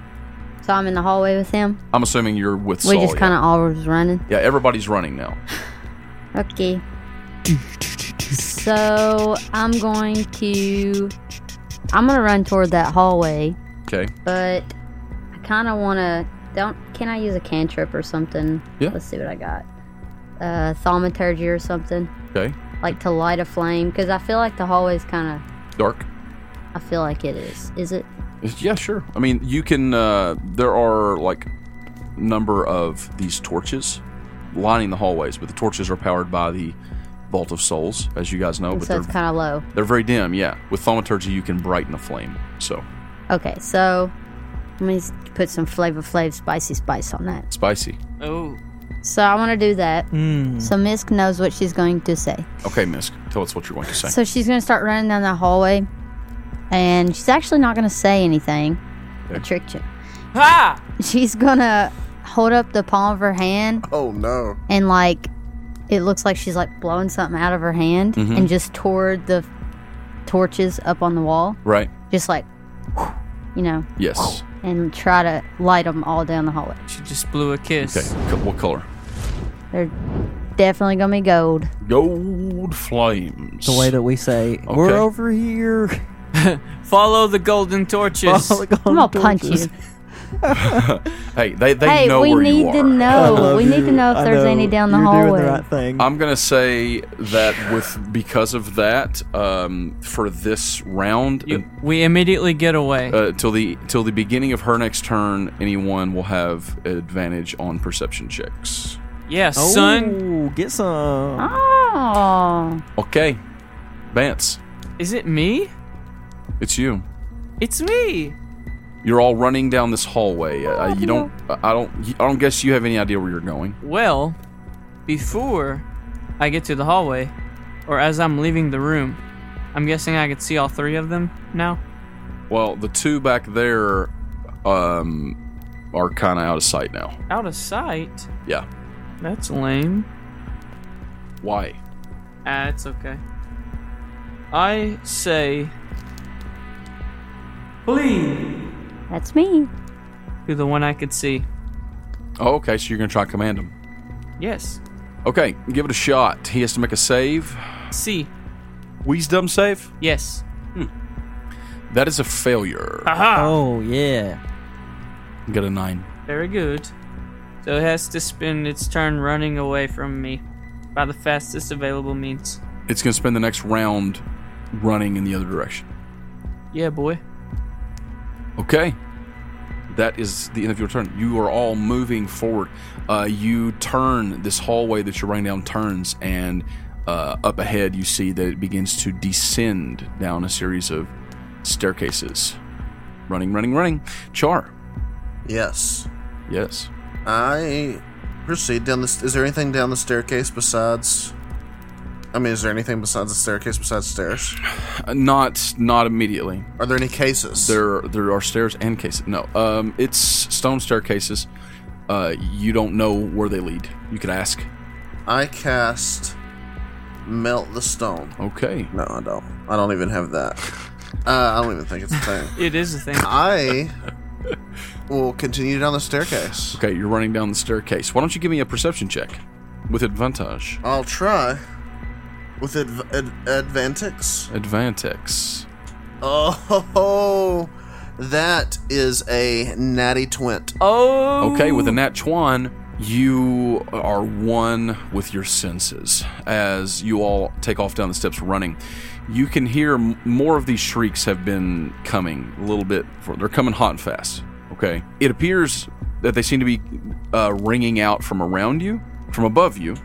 Speaker 4: So I'm in the hallway with him.
Speaker 2: I'm assuming you're with
Speaker 4: We
Speaker 2: Saul.
Speaker 4: just kind of all was running.
Speaker 2: yeah. yeah, everybody's running now.
Speaker 4: Okay. So I'm going to. I'm gonna run toward that hallway,
Speaker 2: Okay.
Speaker 4: but I kind of want to. Don't. Can I use a cantrip or something?
Speaker 2: Yeah.
Speaker 4: Let's see what I got. Uh, thaumaturgy or something,
Speaker 2: Okay.
Speaker 4: like to light a flame, because I feel like the hallway's kind of.
Speaker 2: Dark.
Speaker 4: I feel like it is. Is it?
Speaker 2: Yeah, sure. I mean, you can. Uh, there are like number of these torches lining the hallways, but the torches are powered by the Vault of Souls, as you guys know. But
Speaker 4: so
Speaker 2: Oh, they're
Speaker 4: it's kind of low.
Speaker 2: they're very dim. Yeah, with thaumaturgy, you can brighten a flame. So
Speaker 4: Okay, so let me s- put some flavor, flav, spicy spice on that.
Speaker 2: spicy.
Speaker 1: Oh,
Speaker 4: So I want to do that.
Speaker 2: Hmm.
Speaker 3: Mm.
Speaker 4: So Misk knows what she's going to say.
Speaker 2: Okay, Misk, tell us what you're going to say.
Speaker 4: So she's going to start running down that hallway, and she's actually not going to say anything. I
Speaker 2: Okay.
Speaker 4: tricked you.
Speaker 1: ha!
Speaker 4: She's going to hold up the palm of her hand
Speaker 5: Oh no.
Speaker 4: and like it looks like she's like blowing something out of her hand
Speaker 2: Mhm.
Speaker 4: and just toward the torches up on the wall,
Speaker 2: right?
Speaker 4: just like you know,
Speaker 2: Yes.
Speaker 4: and try to light them all down the hallway.
Speaker 1: She just blew a kiss.
Speaker 2: Okay. Co- What color?
Speaker 4: They're definitely gonna be gold.
Speaker 2: Gold flames.
Speaker 3: The way that we say,
Speaker 2: Okay.
Speaker 3: we're over here.
Speaker 1: Follow the golden torches.
Speaker 3: All the
Speaker 4: I'm gonna punch
Speaker 3: torches.
Speaker 4: you.
Speaker 2: hey, they they
Speaker 4: hey,
Speaker 2: know
Speaker 4: we
Speaker 2: where
Speaker 4: need
Speaker 2: you
Speaker 4: to
Speaker 2: are.
Speaker 3: I
Speaker 4: know.
Speaker 3: love
Speaker 4: We need to
Speaker 3: you.
Speaker 4: know if
Speaker 3: I
Speaker 4: there's
Speaker 3: know.
Speaker 4: any down the
Speaker 3: You're
Speaker 4: hallway.
Speaker 3: doing the right thing.
Speaker 2: I'm gonna say that with because of that, um, for this round,
Speaker 1: You- we immediately get away.
Speaker 2: uh, till the till the beginning of her next turn, anyone will have advantage on perception checks.
Speaker 1: yeah,
Speaker 3: Oh,
Speaker 1: son.
Speaker 3: get some.
Speaker 4: Ah. Oh,
Speaker 2: Okay, Vance,
Speaker 1: Is it me?
Speaker 2: it's you.
Speaker 1: It's me.
Speaker 2: You're all running down this hallway. Uh, you don't. I don't. I don't guess you have any idea where you're going.
Speaker 1: Well, before I get to the hallway, or as I'm leaving the room, I'm guessing I could see all three of them now.
Speaker 2: Well, the two back there, um, are kind of out of sight now.
Speaker 1: Out of sight.
Speaker 2: Yeah.
Speaker 1: That's lame.
Speaker 2: Why?
Speaker 1: Ah, it's okay. I say, flee
Speaker 4: that's me.
Speaker 1: to the one I could see.
Speaker 2: Oh, okay. So you're gonna try to command him.
Speaker 1: Yes.
Speaker 2: Okay, give it a shot. He has to make a save.
Speaker 1: See.
Speaker 2: Wisdom save.
Speaker 1: Yes.
Speaker 2: That is a failure.
Speaker 1: Aha.
Speaker 3: Oh, yeah.
Speaker 2: Get a nine.
Speaker 1: Very good. So it has to spend its turn running away from me by the fastest available means.
Speaker 2: It's going to spend the next round running in the other direction.
Speaker 1: Yeah, boy.
Speaker 2: Okay. That is the end of your turn. You are all moving forward. Uh, you turn this hallway that you're running down turns, and uh, up ahead you see that it begins to descend down a series of staircases. Running, running, running. Char.
Speaker 5: Yes.
Speaker 2: Yes.
Speaker 5: I proceed down this. Is there anything down the staircase besides? I mean, is there anything besides the staircase besides stairs?
Speaker 2: Uh, not not immediately.
Speaker 5: Are there any cases?
Speaker 2: There there are stairs and cases. No. Um, it's stone staircases. Uh, you don't know where they lead. You could ask.
Speaker 5: I cast melt the stone.
Speaker 2: Okay.
Speaker 5: No, I don't. I don't even have that. Uh, I don't even think it's a thing.
Speaker 1: It is a thing.
Speaker 5: I will continue down the staircase.
Speaker 2: Okay, you're running down the staircase. Why don't you give me a perception check with advantage?
Speaker 5: I'll try with adv- ad- Advantix.
Speaker 2: Advantex.
Speaker 5: Oh, ho, ho. Oh, that is a natty twint.
Speaker 1: Oh.
Speaker 2: Okay, with a nat twan, you are one with your senses as you all take off down the steps running. You can hear m- more of these shrieks have been coming a little bit. For, they're coming hot and fast. Okay, it appears that they seem to be uh, ringing out from around you, from above you,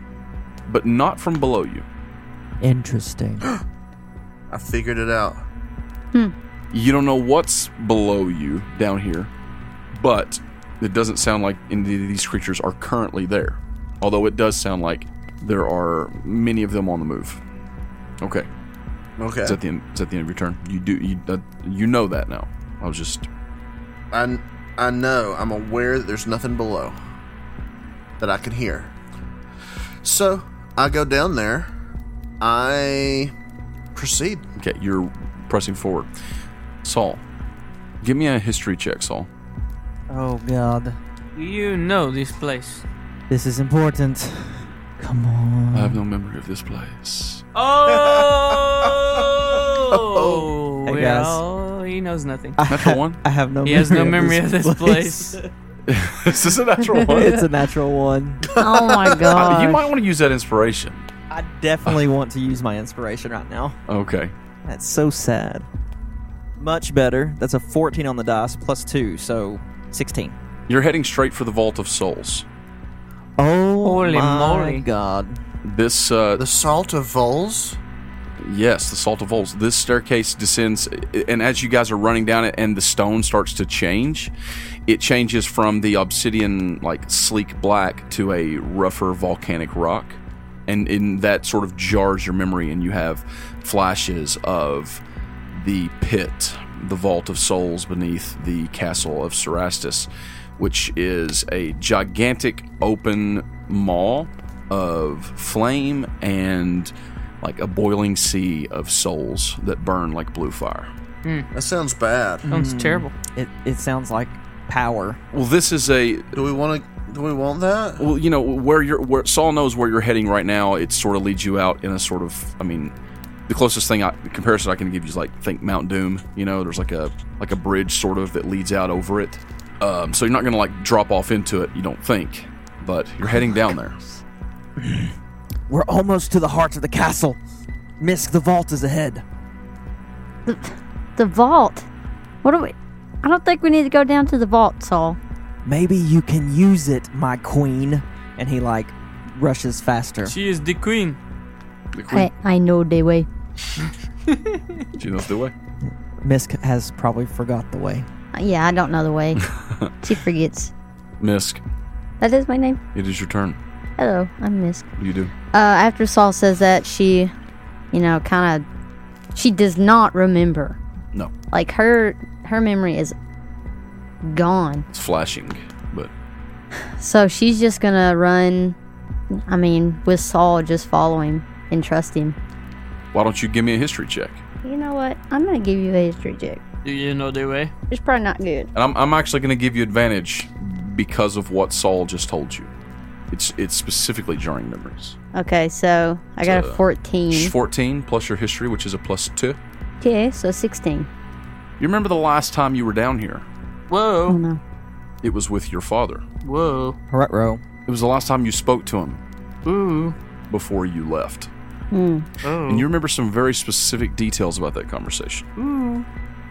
Speaker 2: but not from below you.
Speaker 3: Interesting.
Speaker 5: I figured it out.
Speaker 2: You don't know what's below you down here, but it doesn't sound like any of these creatures are currently there. Although it does sound like there are many of them on the move. Okay.
Speaker 5: Okay.
Speaker 2: It's at the end. It's at the end of your turn. You do. You uh, you know that now. I was just.
Speaker 5: I, I know. I'm aware that there's nothing below that I can hear. So I go down there. I proceed.
Speaker 2: Okay, you're pressing forward. Saul, give me a history check, Saul.
Speaker 3: Oh God,
Speaker 1: You know this place.
Speaker 3: this is important. Come on.
Speaker 2: I have no memory of this place.
Speaker 1: Oh,
Speaker 3: Hey, guys.
Speaker 1: well, he knows nothing.
Speaker 2: Natural one?
Speaker 3: I have no.
Speaker 1: He has no memory
Speaker 3: of
Speaker 1: of this place.
Speaker 2: this is a natural one.
Speaker 3: it's a natural one.
Speaker 4: Oh my
Speaker 2: Uh,
Speaker 4: god.
Speaker 2: you might want to use that inspiration.
Speaker 3: I definitely want to use my inspiration right now.
Speaker 2: Okay.
Speaker 3: That's so sad. Much better. That's a 14 on the dice plus two, so 16.
Speaker 2: You're heading straight for the Vault of Souls.
Speaker 3: Oh
Speaker 1: Holy
Speaker 3: my
Speaker 1: moly.
Speaker 3: God!
Speaker 2: This, uh,
Speaker 5: The salt of voles.
Speaker 2: yes, the Salt of Voles. This staircase descends, and as you guys are running down it and the stone starts to change, it changes from the obsidian, like sleek black, to a rougher volcanic rock. And in that sort of jars your memory, and you have flashes of the pit, the vault of souls beneath the castle of Serastus, which is a gigantic open maw of flame and like a boiling sea of souls that burn like blue fire.
Speaker 5: That sounds bad.
Speaker 1: Sounds terrible.
Speaker 3: It it sounds like power.
Speaker 2: Well, this is a
Speaker 5: Do we want to? Do we want that?
Speaker 2: well, you know, where you're where Saul knows where you're heading right now. It sort of leads you out in a sort of, I mean, the closest thing I the comparison I can give you is like think Mount Doom. You know, there's like a like a bridge sort of that leads out over it. Um, so you're not gonna like drop off into it. You don't think, but you're heading down there.
Speaker 3: We're almost to the heart of the castle. Misk, the vault is ahead.
Speaker 4: the vault. What do we. I don't think we need to go down to the vault, Saul.
Speaker 3: Maybe you can use it, my queen. And he like rushes faster.
Speaker 1: She is the queen.
Speaker 2: The queen,
Speaker 4: I, I know the way.
Speaker 2: she knows the way.
Speaker 3: Misk has probably forgot the way.
Speaker 4: Uh, Yeah, I don't know the way. she forgets.
Speaker 2: Misk,
Speaker 4: That is my name.
Speaker 2: it is your turn.
Speaker 4: Hello, I'm Miss.
Speaker 2: What do you do?
Speaker 4: Uh, after Saul says that, she, you know, kind of. She does not remember.
Speaker 2: No,
Speaker 4: Like, her her memory is gone.
Speaker 2: it's flashing, but
Speaker 4: So she's just gonna run, I mean, with Saul, just follow him and trust him.
Speaker 2: why don't you give me a history check?
Speaker 4: You know what? I'm gonna give you a history check.
Speaker 1: Do you know the way?
Speaker 4: It's probably not good.
Speaker 2: And I'm, I'm actually going to give you advantage because of what Saul just told you. It's it's specifically jarring memories.
Speaker 4: Okay, so I got
Speaker 2: So-
Speaker 4: a 14.
Speaker 2: 14 plus your history, which is a plus two. You
Speaker 4: Okay, so 16.
Speaker 2: remember the last time you were down here?
Speaker 4: Oh
Speaker 1: Whoa,
Speaker 4: no.
Speaker 2: It was with your father.
Speaker 1: whoa,
Speaker 3: Right row.
Speaker 2: It was the last time you spoke to him
Speaker 1: ooh,
Speaker 2: before you left.
Speaker 4: Mm.
Speaker 1: oh,
Speaker 2: And you remember some very specific details about that conversation.
Speaker 1: ooh,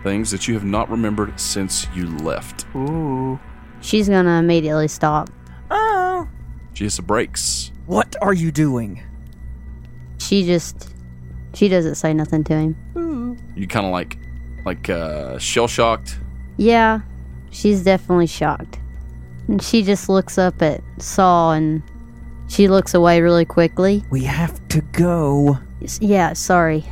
Speaker 2: Things that you have not remembered since you left.
Speaker 1: ooh.
Speaker 4: She's gonna immediately stop.
Speaker 1: Oh,
Speaker 2: She hits the brakes.
Speaker 3: What are you doing?
Speaker 4: She just. She doesn't say nothing to him.
Speaker 2: You kind of like, like uh, shell shocked.
Speaker 4: Yeah, she's definitely shocked. And she just looks up at Saul and she looks away really quickly.
Speaker 3: We have to go.
Speaker 4: S- Yeah, sorry.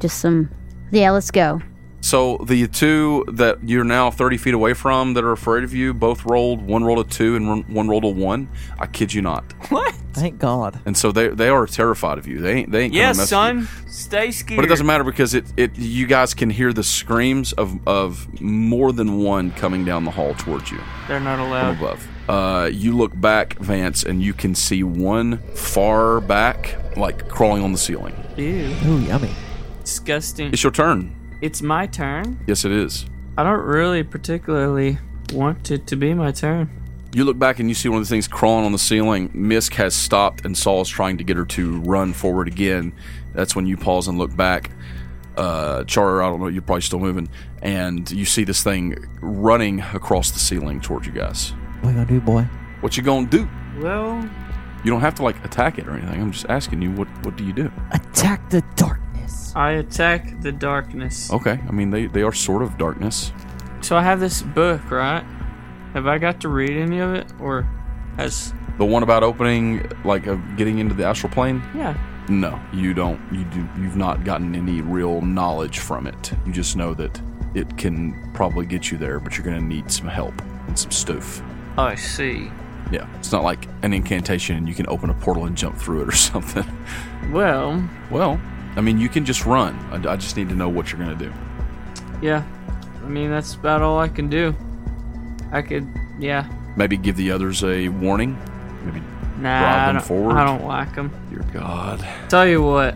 Speaker 4: Just some. Yeah, let's go.
Speaker 2: So the two that you're now 30 feet away from that are afraid of you both rolled one rolled a two and one- one rolled a one. I kid you not.
Speaker 1: what?
Speaker 3: Thank God.
Speaker 2: And so they they are terrified of you. They ain't they ain't
Speaker 1: Yes,
Speaker 2: gonna mess With you.
Speaker 1: son. Stay scared.
Speaker 2: But it doesn't matter because it, it you guys can hear the screams of of more than one coming down the hall towards you
Speaker 1: They're not
Speaker 2: from
Speaker 1: allowed.
Speaker 2: above. Uh, you look back, Vance, and you can see one far back, like crawling on the ceiling.
Speaker 1: Ew,
Speaker 3: Ooh, yummy.
Speaker 1: disgusting.
Speaker 2: It's your turn.
Speaker 1: It's my turn.
Speaker 2: Yes, it is.
Speaker 1: I don't really particularly want it to be my turn.
Speaker 2: You look back and you see one of the things crawling on the ceiling. Misk has stopped, and Saul is trying to get her to run forward again. That's when you pause and look back. Uh, Char, I don't know, you're probably still moving, and you see this thing running across the ceiling towards you guys.
Speaker 3: What you gonna do, boy?
Speaker 2: What you gonna do?
Speaker 1: Well,
Speaker 2: You don't have to like attack it or anything. I'm just asking you, what what do you do?
Speaker 3: Attack the darkness.
Speaker 1: I attack the darkness.
Speaker 2: Okay, I mean they they are sort of darkness.
Speaker 1: So I have this book, right? Have I got to read any of it, or has
Speaker 2: The one about opening, like uh, getting into the astral plane.
Speaker 1: yeah?
Speaker 2: No, you don't. You do, you've not gotten any real knowledge from it. You just know that it can probably get you there, but you're going to need some help and some stuff.
Speaker 1: I see.
Speaker 2: Yeah, it's not like an incantation and you can open a portal and jump through it or something.
Speaker 1: Well,
Speaker 2: Well, I mean, you can just run. I, I just need to know what you're going to do.
Speaker 1: yeah. I mean, that's about all I can do. I could, yeah.
Speaker 2: Maybe give the others a warning. Maybe,
Speaker 1: Nah,
Speaker 2: Rob
Speaker 1: I
Speaker 2: them
Speaker 1: don't,
Speaker 2: forward?
Speaker 1: I don't like them.
Speaker 2: dear God.
Speaker 1: Tell you what,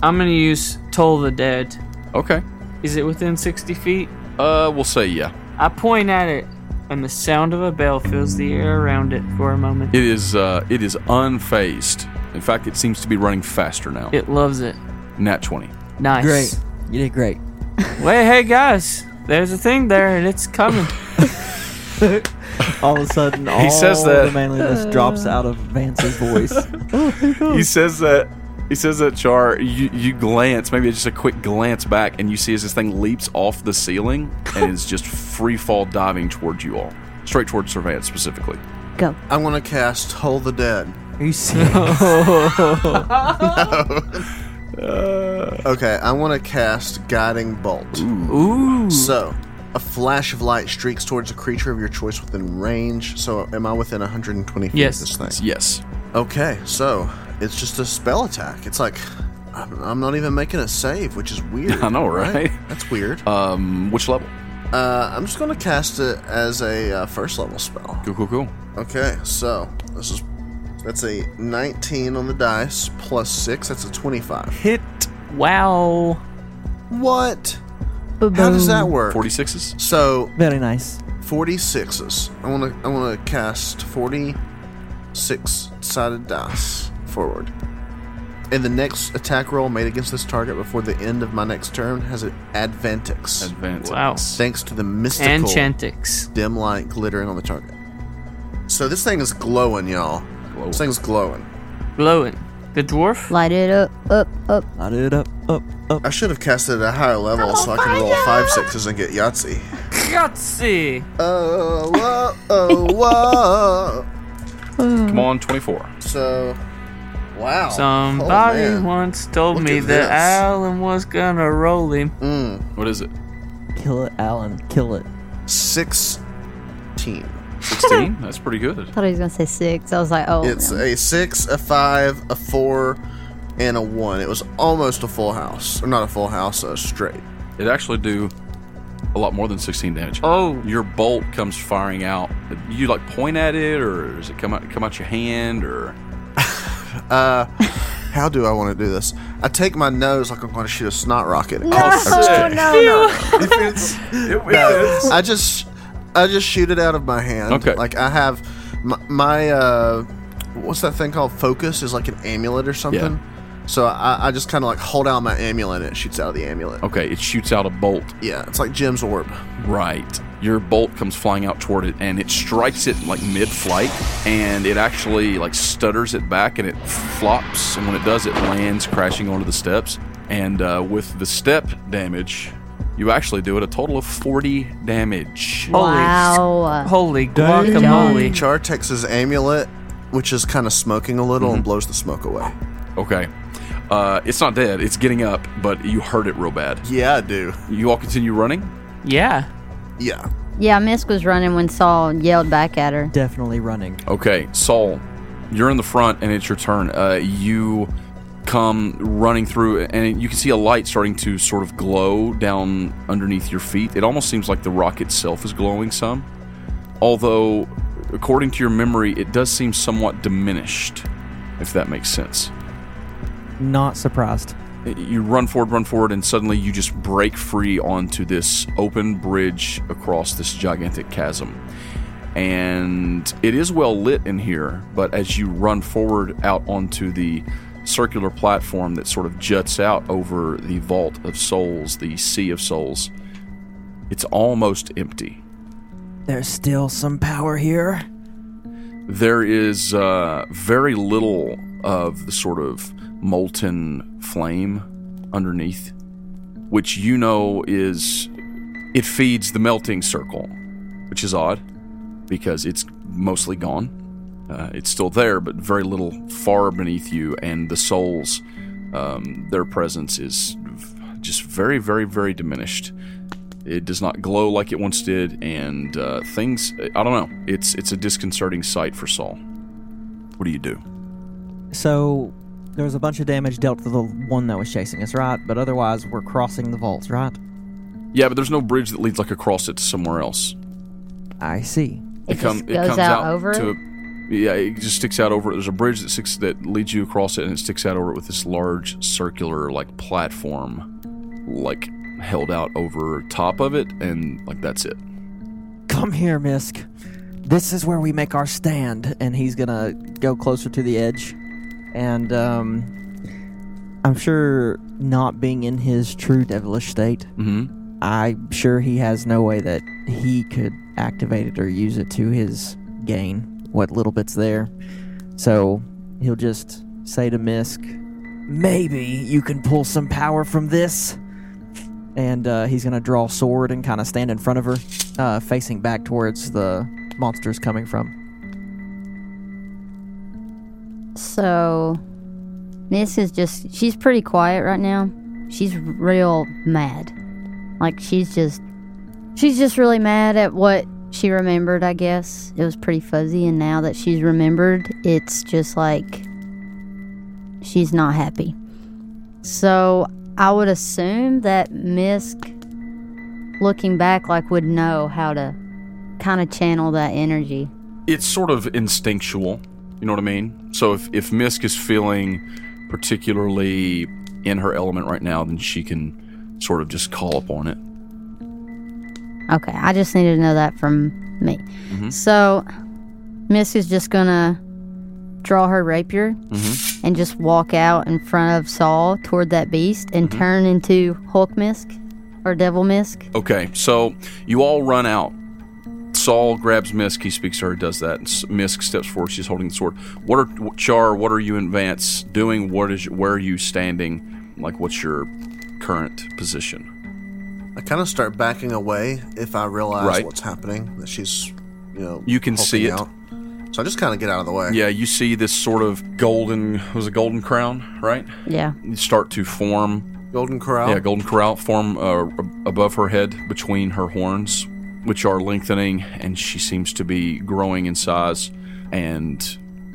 Speaker 1: I'm gonna use Toll the Dead.
Speaker 2: Okay.
Speaker 1: Is it within 60 feet?
Speaker 2: Uh, we'll say yeah.
Speaker 1: I point at it, and the sound of a bell fills the air around it for a moment.
Speaker 2: It is. Uh, it is unfazed. In fact, it seems to be running faster now.
Speaker 1: It loves it.
Speaker 2: Nat twenty.
Speaker 1: Nice.
Speaker 3: Great. You did great.
Speaker 1: Wait, hey guys, there's a thing there, and it's coming.
Speaker 3: All of a sudden, all
Speaker 2: says that-
Speaker 3: the manliness drops out of Vance's voice.
Speaker 2: He says that. He says that Char. You, you glance, maybe just a quick glance back, and you see as this thing leaps off the ceiling and is just free fall diving towards you all, straight towards Surveillance specifically.
Speaker 4: Go.
Speaker 5: I'm gonna cast Toll the Dead.
Speaker 3: Are you serious?
Speaker 5: Okay, I want to cast Guiding Bolt.
Speaker 1: Ooh.
Speaker 5: So, a flash of light streaks towards a creature of your choice within range. So, am I within 120 feet
Speaker 1: Yes.
Speaker 5: of this thing?
Speaker 2: Yes.
Speaker 5: Okay, so it's just a spell attack. It's like I'm I'm not even making a save, which is weird.
Speaker 2: I know, right?
Speaker 5: That's weird.
Speaker 2: Um. Which level?
Speaker 5: Uh, I'm just gonna cast it as a uh, first level spell.
Speaker 2: Cool. Cool. Cool.
Speaker 5: Okay, so this is that's a 19 on the dice plus six. That's a 25.
Speaker 2: Hit
Speaker 1: Wow.
Speaker 5: What?
Speaker 4: Boom.
Speaker 5: How does that work?
Speaker 2: forty sixes.
Speaker 5: So
Speaker 3: Very nice.
Speaker 5: 46s. I want to I want to cast 46 sided dice forward. And the next attack roll made against this target before the end of my next turn has an advantix.
Speaker 2: Advance.
Speaker 1: Wow.
Speaker 5: Thanks to the mystical
Speaker 1: Enchantix.
Speaker 5: dim light glittering on the target. So this thing is glowing, y'all.
Speaker 2: Glowing.
Speaker 5: This thing's glowing.
Speaker 1: Glowing. The dwarf?
Speaker 4: Light it up, up, up.
Speaker 3: Light it up, up, up.
Speaker 5: I should have cast it at a higher level so I can roll five sixes and get Yahtzee.
Speaker 1: Yahtzee.
Speaker 5: Oh, whoa, oh, whoa.
Speaker 2: Come on. Twenty four.
Speaker 5: So, wow.
Speaker 1: Somebody
Speaker 5: oh, man.
Speaker 1: once told
Speaker 5: Look
Speaker 1: me
Speaker 5: at
Speaker 1: that
Speaker 5: this.
Speaker 1: Alan was gonna roll him.
Speaker 5: Mm,
Speaker 2: What is it?
Speaker 3: Kill it, Alan. Kill it.
Speaker 5: 16.
Speaker 2: Sixteen. That's pretty good.
Speaker 4: thought he was gonna say six. I was like, oh.
Speaker 5: It's
Speaker 4: no.
Speaker 5: a 6, a 5, a 4, and a 1. It was almost a full house. Or not a full house, a straight.
Speaker 2: It actually do a lot more than sixteen damage.
Speaker 1: Oh.
Speaker 2: your bolt comes firing out. You like point at it, or does it come out come out your hand, or
Speaker 5: How do I want to do this? I take my nose like I'm going to shoot a snot rocket.
Speaker 4: no, no, no.
Speaker 2: it
Speaker 5: I just I just shoot it out of my hand.
Speaker 2: Okay.
Speaker 5: Like I have my, my uh what's that thing called? Focus is like an amulet or something. So I, I just kind of like hold out my amulet and it shoots out of the amulet.
Speaker 2: Okay, it shoots out a bolt.
Speaker 5: Yeah, it's like Jim's orb.
Speaker 2: Right, your bolt comes flying out toward it, and it strikes it like mid-flight, and it actually like stutters it back, and it flops. And when it does, it lands crashing onto the steps. And uh, with the step damage, you actually do it a total of forty damage.
Speaker 4: Oh.
Speaker 1: Holy
Speaker 4: Wow.
Speaker 1: Holy guacamole.
Speaker 5: Char takes his amulet, which is kind of smoking a little,
Speaker 2: Mm-hmm.
Speaker 5: and blows the smoke away.
Speaker 2: Okay. Uh, it's not dead. It's getting up, but you hurt it real bad.
Speaker 5: Yeah, I do.
Speaker 2: You all continue running.
Speaker 1: Yeah.
Speaker 5: Yeah.
Speaker 4: Yeah, Misk was running when Saul yelled back at her.
Speaker 3: Definitely running.
Speaker 2: Okay, Saul, you're in the front, and it's your turn. Uh, you come running through, and you can see a light starting to sort of glow down underneath your feet. It almost seems like the rock itself is glowing some, although, according to your memory, it does seem somewhat diminished, if that makes sense.
Speaker 3: Not surprised.
Speaker 2: you run forward, run forward, and suddenly you just break free onto this open bridge across this gigantic chasm. And it is well lit in here, but as you run forward out onto the circular platform that sort of juts out over the vault of souls, the sea of souls, it's almost empty.
Speaker 3: There's still some power here.
Speaker 2: there is uh, very little of the sort of molten flame underneath, which you know is it feeds the melting circle, which is odd because it's mostly gone. Uh, it's still there, but very little far beneath you, and the souls, um, their presence is v- just very, very, very diminished. It does not glow like it once did, and uh, things. I don't know. It's it's a disconcerting sight for Saul. What do you do?
Speaker 3: So there was a bunch of damage dealt to the one that was chasing us, right? But otherwise, we're crossing the vaults, right?
Speaker 2: Yeah, but there's no bridge that leads like across it to somewhere else.
Speaker 3: I see.
Speaker 4: It, just goes out, over
Speaker 2: to
Speaker 4: it.
Speaker 2: a- yeah, it just sticks out over it. There's a bridge that sticks that leads you across it, and it sticks out over it with this large circular like platform, like held out over top of it, and like that's it.
Speaker 3: Come here, Misk. This is where we make our stand. And he's gonna go closer to the edge. And um, I'm sure, not being in his true devilish state,
Speaker 2: Mm-hmm.
Speaker 3: I'm sure he has no way that he could activate it or use it to his gain, what little bit's there. So he'll just say to Misk, Maybe you can pull some power from this. And uh, he's going to draw a sword and kind of stand in front of her, uh, facing back towards the monsters coming from.
Speaker 4: So, Miss is just, she's pretty quiet right now. She's real mad. Like, she's just, she's just really mad at what she remembered, I guess. It was pretty fuzzy, and now that she's remembered, it's just like, she's not happy. So, I would assume that Misk, looking back, like, would know how to kind of channel that energy.
Speaker 2: It's sort of instinctual, you know what I mean? So if if Misk is feeling particularly in her element right now, then she can sort of just call upon it.
Speaker 4: Okay, I just needed to know that from me. So, Miss is just gonna draw her rapier and just walk out in front of Saul toward that beast and turn into Hulk Misk or Devil Misk.
Speaker 2: Okay, so you all run out. Saul grabs Misk. He speaks to her, does that. and S- Misk steps forward. She's holding the sword. What are wh- Char? What are you in Vance doing? What is? Where are you standing? Like, what's your current position?
Speaker 5: I kind of start backing away if I realize
Speaker 2: Right.
Speaker 5: what's happening. That she's, you know,
Speaker 2: You can see it.
Speaker 5: hulking out. So I just kind of get out of the way.
Speaker 2: Yeah, you see this sort of golden was a golden crown, right?
Speaker 4: Yeah.
Speaker 2: You start to form
Speaker 5: Golden Corral.
Speaker 2: Yeah, golden corral form uh, ab- above her head between her horns, which are lengthening, and she seems to be growing in size. And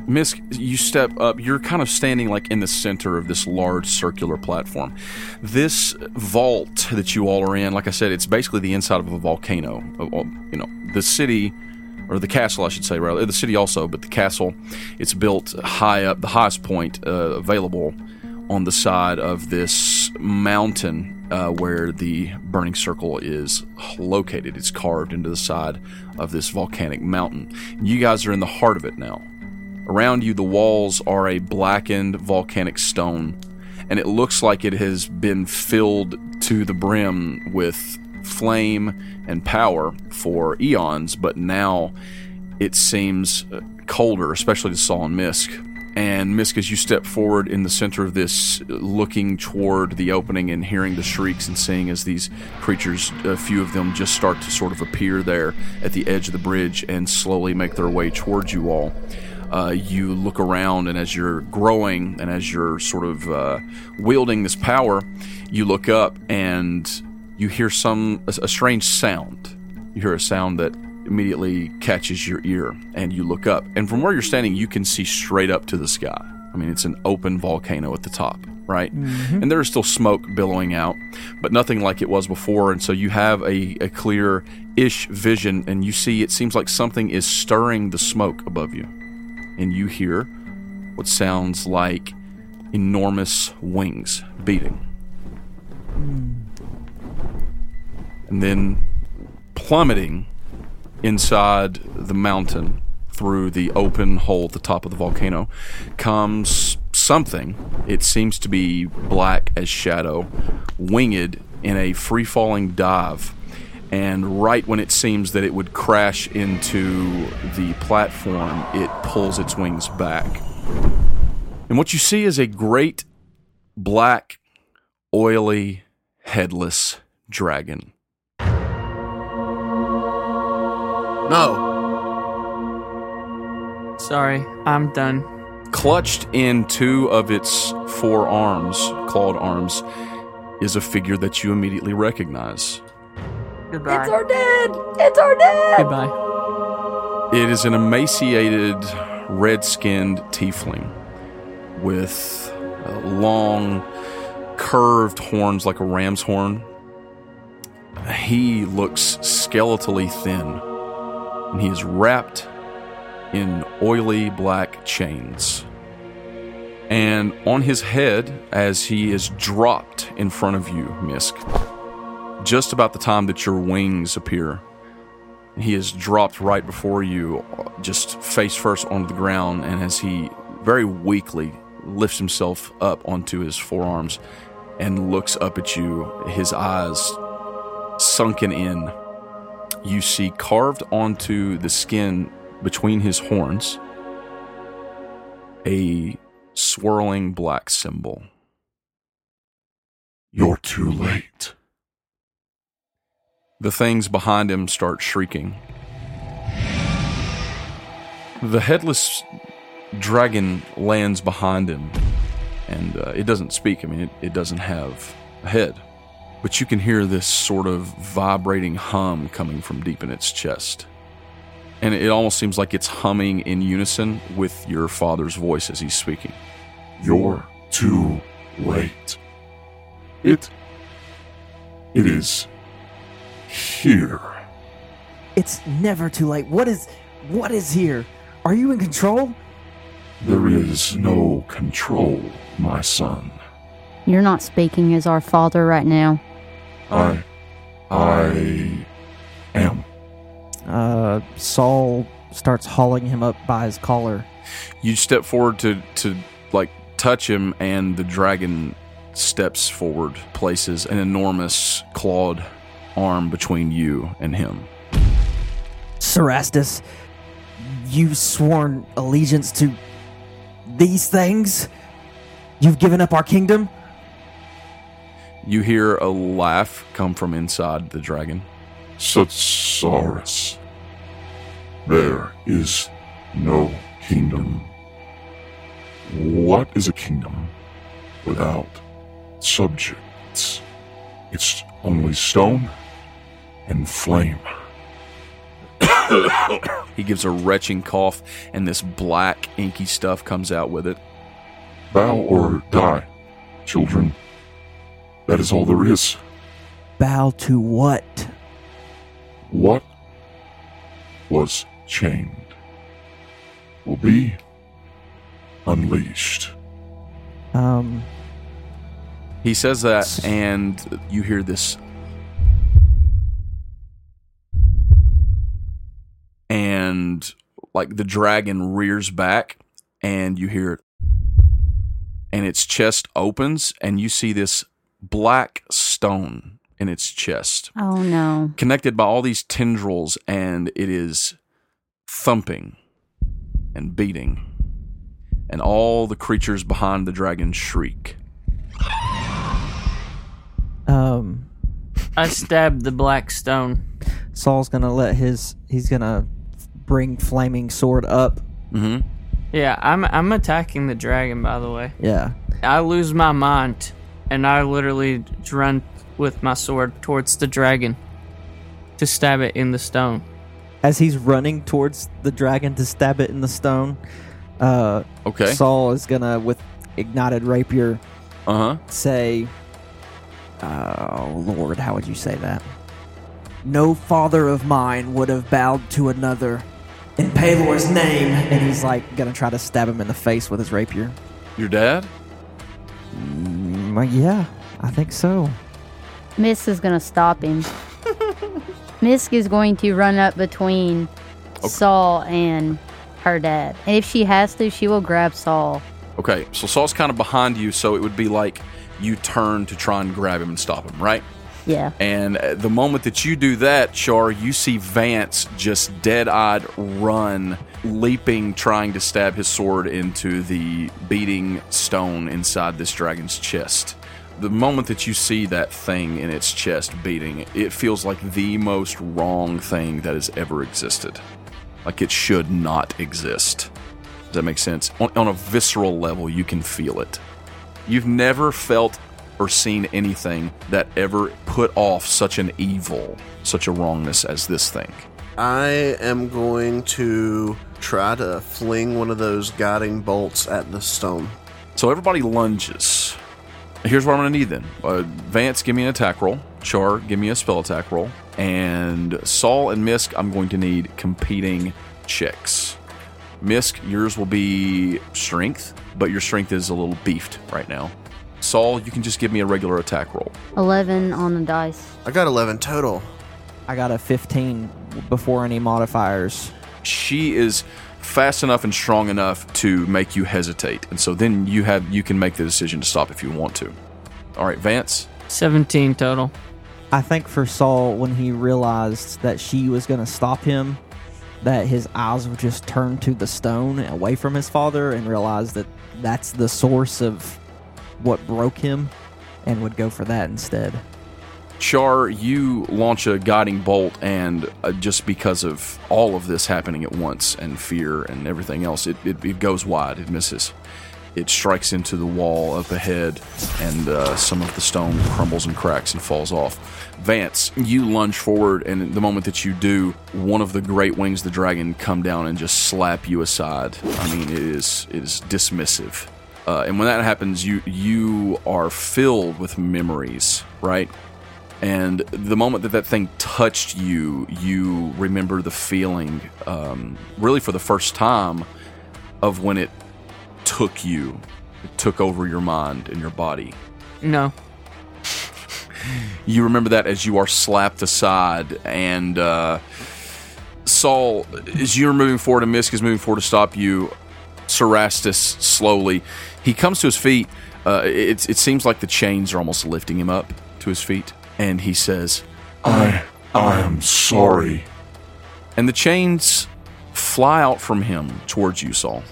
Speaker 2: Misk, you step up. You're kind of standing like in the center of this large circular platform. This vault that you all are in, like I said, it's basically the inside of a volcano. Uh, well, You know, the city or the castle, I should say, rather. The city also, but the castle, it's built high up, the highest point uh, available on the side of this mountain uh, where the burning circle is located. It's carved into the side of this volcanic mountain. You guys are in the heart of it now. Around you, the walls are a blackened volcanic stone, and it looks like it has been filled to the brim with flame and power for eons, but now it seems uh, colder, especially to Saul and Misk. And Misk, as you step forward in the center of this, uh, looking toward the opening and hearing the shrieks and seeing as these creatures, a few of them just start to sort of appear there at the edge of the bridge and slowly make their way towards you all. Uh, you look around, and as you're growing and as you're sort of uh, wielding this power, you look up and you hear some a, a strange sound. You hear a sound that immediately catches your ear, and you look up. And from where you're standing, you can see straight up to the sky. I mean, it's an open volcano at the top, right? And there is still smoke billowing out, but nothing like it was before. And so you have a, a clear ish vision, and you see it seems like something is stirring the smoke above you. And you hear what sounds like enormous wings beating. and then plummeting inside the mountain through the open hole at the top of the volcano comes something. It seems to be black as shadow, winged in a free falling dive. And right when it seems that it would crash into the platform, it pulls its wings back. And what you see is a great black, oily, headless dragon.
Speaker 5: No.
Speaker 1: Sorry, I'm done.
Speaker 2: Clutched in two of its four arms, clawed arms, is a figure that you immediately recognize.
Speaker 4: It's our dad! It's our dad!
Speaker 1: Goodbye.
Speaker 2: It is an emaciated, red skinned tiefling with uh, long, curved horns like a ram's horn. He looks skeletally thin, and he is wrapped in oily black chains. And on his head, as he is dropped in front of you, Misk, just about the time that your wings appear, he is dropped right before you, just face first onto the ground. And as he very weakly lifts himself up onto his forearms and looks up at you, his eyes sunken in, you see carved onto the skin between his horns a swirling black symbol.
Speaker 6: You're too late.
Speaker 2: The things behind him start shrieking. The headless dragon lands behind him, and uh, it doesn't speak. I mean, it, it doesn't have a head. But you can hear this sort of vibrating hum coming from deep in its chest. And it almost seems like it's humming in unison with your father's voice as he's speaking.
Speaker 6: You're too late. It. It is. Here.
Speaker 3: It's never too late. What is what is here? Are you in control?
Speaker 6: There is no control, my son.
Speaker 4: You're not speaking as our father right now.
Speaker 6: I. I. am.
Speaker 3: Uh, Saul starts hauling him up by his collar.
Speaker 2: you step forward to to like touch him and the dragon steps forward places an enormous clawed arm between you and him
Speaker 3: Serastus, you've sworn allegiance to these things? You've given up our kingdom?
Speaker 2: you hear a laugh come from inside the dragon
Speaker 6: Satsaurus. There is no kingdom. What is a kingdom without subjects? It's only stone and flame.
Speaker 2: he gives a retching cough and this black inky stuff comes out with it
Speaker 6: Bow or die, children. That is all there is.
Speaker 3: Bow to what?
Speaker 6: What was chained will be unleashed.
Speaker 3: Um,
Speaker 2: he says that and you hear this and like the dragon rears back and you hear it and its chest opens and you see this black stone in its chest
Speaker 4: Oh no.
Speaker 2: connected by all these tendrils and it is thumping and beating and all the creatures behind the dragon shriek
Speaker 3: um,
Speaker 1: I stabbed the black stone.
Speaker 3: Saul's gonna let his, he's gonna bring Flaming Sword up.
Speaker 2: mm-hmm.
Speaker 1: Yeah, I'm I'm attacking the dragon. By the way,
Speaker 3: Yeah.
Speaker 1: I lose my mind, and I literally j- run with my sword towards the dragon to stab it in the stone.
Speaker 3: As he's running towards the dragon to stab it in the stone, uh,
Speaker 2: okay
Speaker 3: Saul is gonna, with ignited rapier,
Speaker 2: uh-huh
Speaker 3: say, Oh, Lord, how would you say that? No father of mine would have bowed to another in Palor's name. And he's like, gonna try to stab him in the face with his rapier.
Speaker 2: Your dad?
Speaker 3: Mm, well, yeah, I think so.
Speaker 4: Misk is gonna stop him. Misk is going to run up between Saul and her dad. And if she has to, she will grab Saul.
Speaker 2: Okay, so Saul's kind of behind you, so it would be like you turn to try and grab him and stop him, right?
Speaker 4: Yeah.
Speaker 2: And uh, the moment that you do that, Char, you see Vance just dead eyed run, leaping, trying to stab his sword into the beating stone inside this dragon's chest. The moment that you see that thing in its chest beating, it feels like the most wrong thing that has ever existed. Like it should not exist. Does that make sense? On, on a visceral level, you can feel it. You've never felt or seen anything that ever put off such an evil, such a wrongness as this thing.
Speaker 5: I am going to try to fling one of those guiding bolts at the stone.
Speaker 2: So everybody lunges. Here's what I'm going to need then. Uh, Vance, give me an attack roll. Char, give me a spell attack roll. And Saul and Misk, I'm going to need competing checks. Misk, yours will be strength, but your strength is a little beefed right now. Saul, you can just give me a regular attack roll.
Speaker 4: 11 on the dice.
Speaker 5: I got 11 total.
Speaker 3: I got a 15 before any modifiers.
Speaker 2: she is fast enough and strong enough to make you hesitate and so then you have you can make the decision to stop if you want to all right vance
Speaker 1: 17 total.
Speaker 3: I think for Saul, when he realized that she was going to stop him, that his eyes were just turned to the stone away from his father and realized that that's the source of what broke him and would go for that instead.
Speaker 2: char you launch a guiding bolt and uh, just because of all of this happening at once and fear and everything else it, it, it goes wide it misses it strikes into the wall up ahead and uh, some of the stone crumbles and cracks and falls off vance you lunge forward and the moment that you do one of the great wings of the dragon come down and just slap you aside i mean it is it is dismissive uh, and when that happens you you are filled with memories right and the moment that that thing touched you you remember the feeling um, really for the first time of when it took you it took over your mind and your body
Speaker 1: No.
Speaker 2: you remember that as you are slapped aside and uh, saul as you're moving forward and misk is moving forward to stop you Serastus slowly he comes to his feet uh, it, it seems like the chains are almost lifting him up to his feet and he says
Speaker 6: I I am sorry.
Speaker 2: and the chains fly out from him towards you saul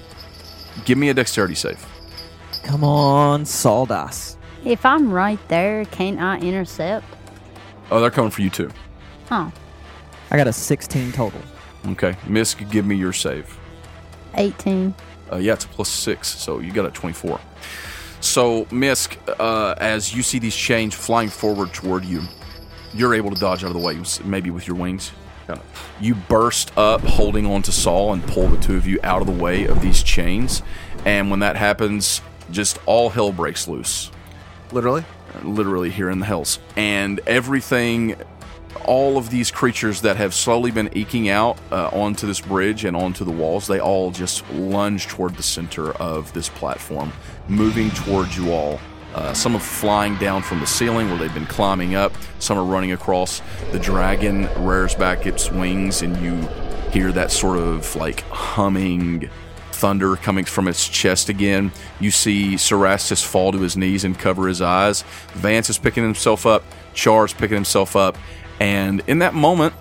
Speaker 2: give me a dexterity save
Speaker 3: Come on, Sawdust.
Speaker 4: If I'm right there, can't I intercept?
Speaker 2: oh they're coming for you too
Speaker 4: Oh,
Speaker 3: I got a 16 total.
Speaker 2: okay misk give me your save
Speaker 4: 18.
Speaker 2: Uh, yeah, it's a plus six, so you got a 24. So, Misk, uh, as you see these chains flying forward toward you, you're able to dodge out of the way, maybe with your wings. Kinda. You burst up, holding on to Saul, and pull the two of you out of the way of these chains. And when that happens, just all hell breaks loose
Speaker 5: Literally?
Speaker 2: literally here in the hills. And everything, all of these creatures that have slowly been eking out uh, onto this bridge and onto the walls, they all just lunge toward the center of this platform, moving towards you all. Uh, some are flying down from the ceiling where they've been climbing up. Some are running across. The dragon rears back its wings, and you hear that sort of like humming thunder coming from its chest again. You see Serastus fall to his knees and cover his eyes. Vance is picking himself up. Char's picking himself up. And in that moment,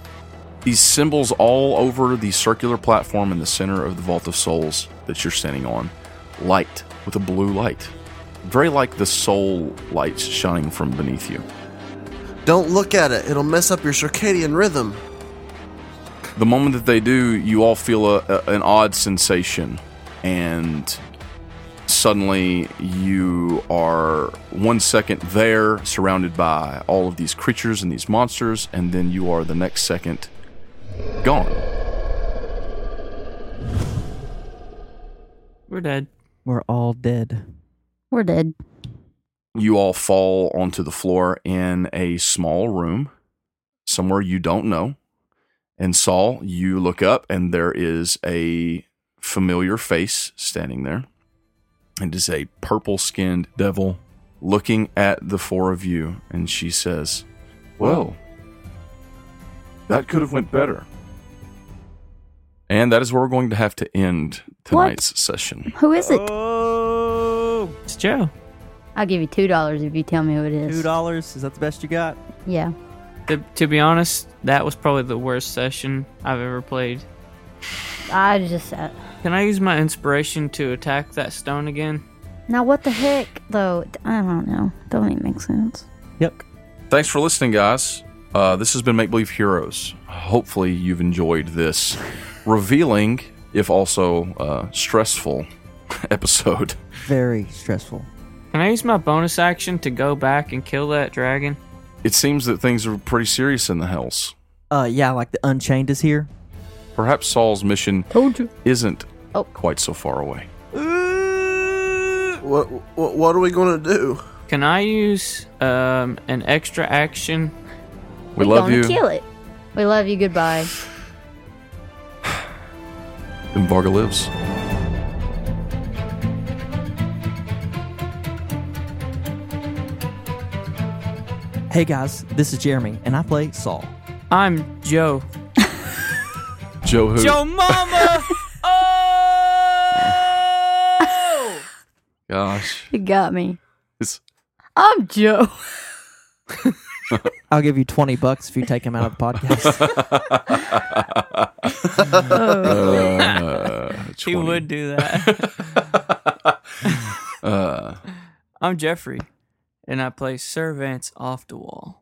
Speaker 2: these symbols all over the circular platform in the center of the Vault of Souls that you're standing on light with a blue light. Very like the soul lights shining from beneath you.
Speaker 5: Don't look at it, it'll mess up your circadian rhythm.
Speaker 2: the moment that they do, you all feel a, a, an odd sensation, and suddenly you are one second there, surrounded by all of these creatures and these monsters, and then you are the next second gone.
Speaker 1: We're dead.
Speaker 3: We're all dead.
Speaker 4: We're dead.
Speaker 2: You all fall onto the floor in a small room, somewhere you don't know. And Saul, you look up, and there is a familiar face standing there. It is a purple skinned devil looking at the four of you, and she says,
Speaker 6: Well, that could have went better.
Speaker 2: And that is where we're going to have to end tonight's session.
Speaker 4: Who is it?
Speaker 3: Oh,
Speaker 1: It's Joe.
Speaker 4: I'll give you $2 if you tell me who it is.
Speaker 3: two dollars. Is that the best you got?
Speaker 4: Yeah.
Speaker 1: To, to be honest, that was probably the worst session I've ever played.
Speaker 4: I just. Uh,
Speaker 1: Can I use my inspiration to attack that stone again?
Speaker 4: now, what the heck, though? I don't know. Don't even make sense.
Speaker 3: Yep.
Speaker 2: Thanks for listening, guys. Uh, this has been Make Believe Heroes. Hopefully, you've enjoyed this revealing if also uh, stressful episode.
Speaker 3: Very stressful.
Speaker 1: Can I use my bonus action to go back and kill that dragon?
Speaker 2: It seems that things are pretty serious in the Hells.
Speaker 3: Uh, yeah, like the Unchained is here.
Speaker 2: Perhaps Saul's mission
Speaker 4: Told you.
Speaker 2: isn't
Speaker 4: Oh.
Speaker 2: quite so far away.
Speaker 5: What what, what are we going to do?
Speaker 1: Can I use um, an extra action?
Speaker 2: We
Speaker 4: We're
Speaker 2: love
Speaker 4: gonna
Speaker 2: you.
Speaker 4: kill it. We love you. Goodbye.
Speaker 2: Umvarga lives.
Speaker 3: Hey guys, this is Jeremy, and I play Saul.
Speaker 1: I'm Joe.
Speaker 2: Joe who?
Speaker 1: Joe Mama! oh!
Speaker 2: Gosh.
Speaker 4: You got me.
Speaker 2: It's-
Speaker 4: I'm Joe.
Speaker 3: I'll give you 20 bucks if you take him out of the podcast.
Speaker 2: Uh,
Speaker 1: He
Speaker 2: 20.
Speaker 1: would do that.
Speaker 2: Uh,
Speaker 1: I'm Jeffrey, and I play Servants off the wall.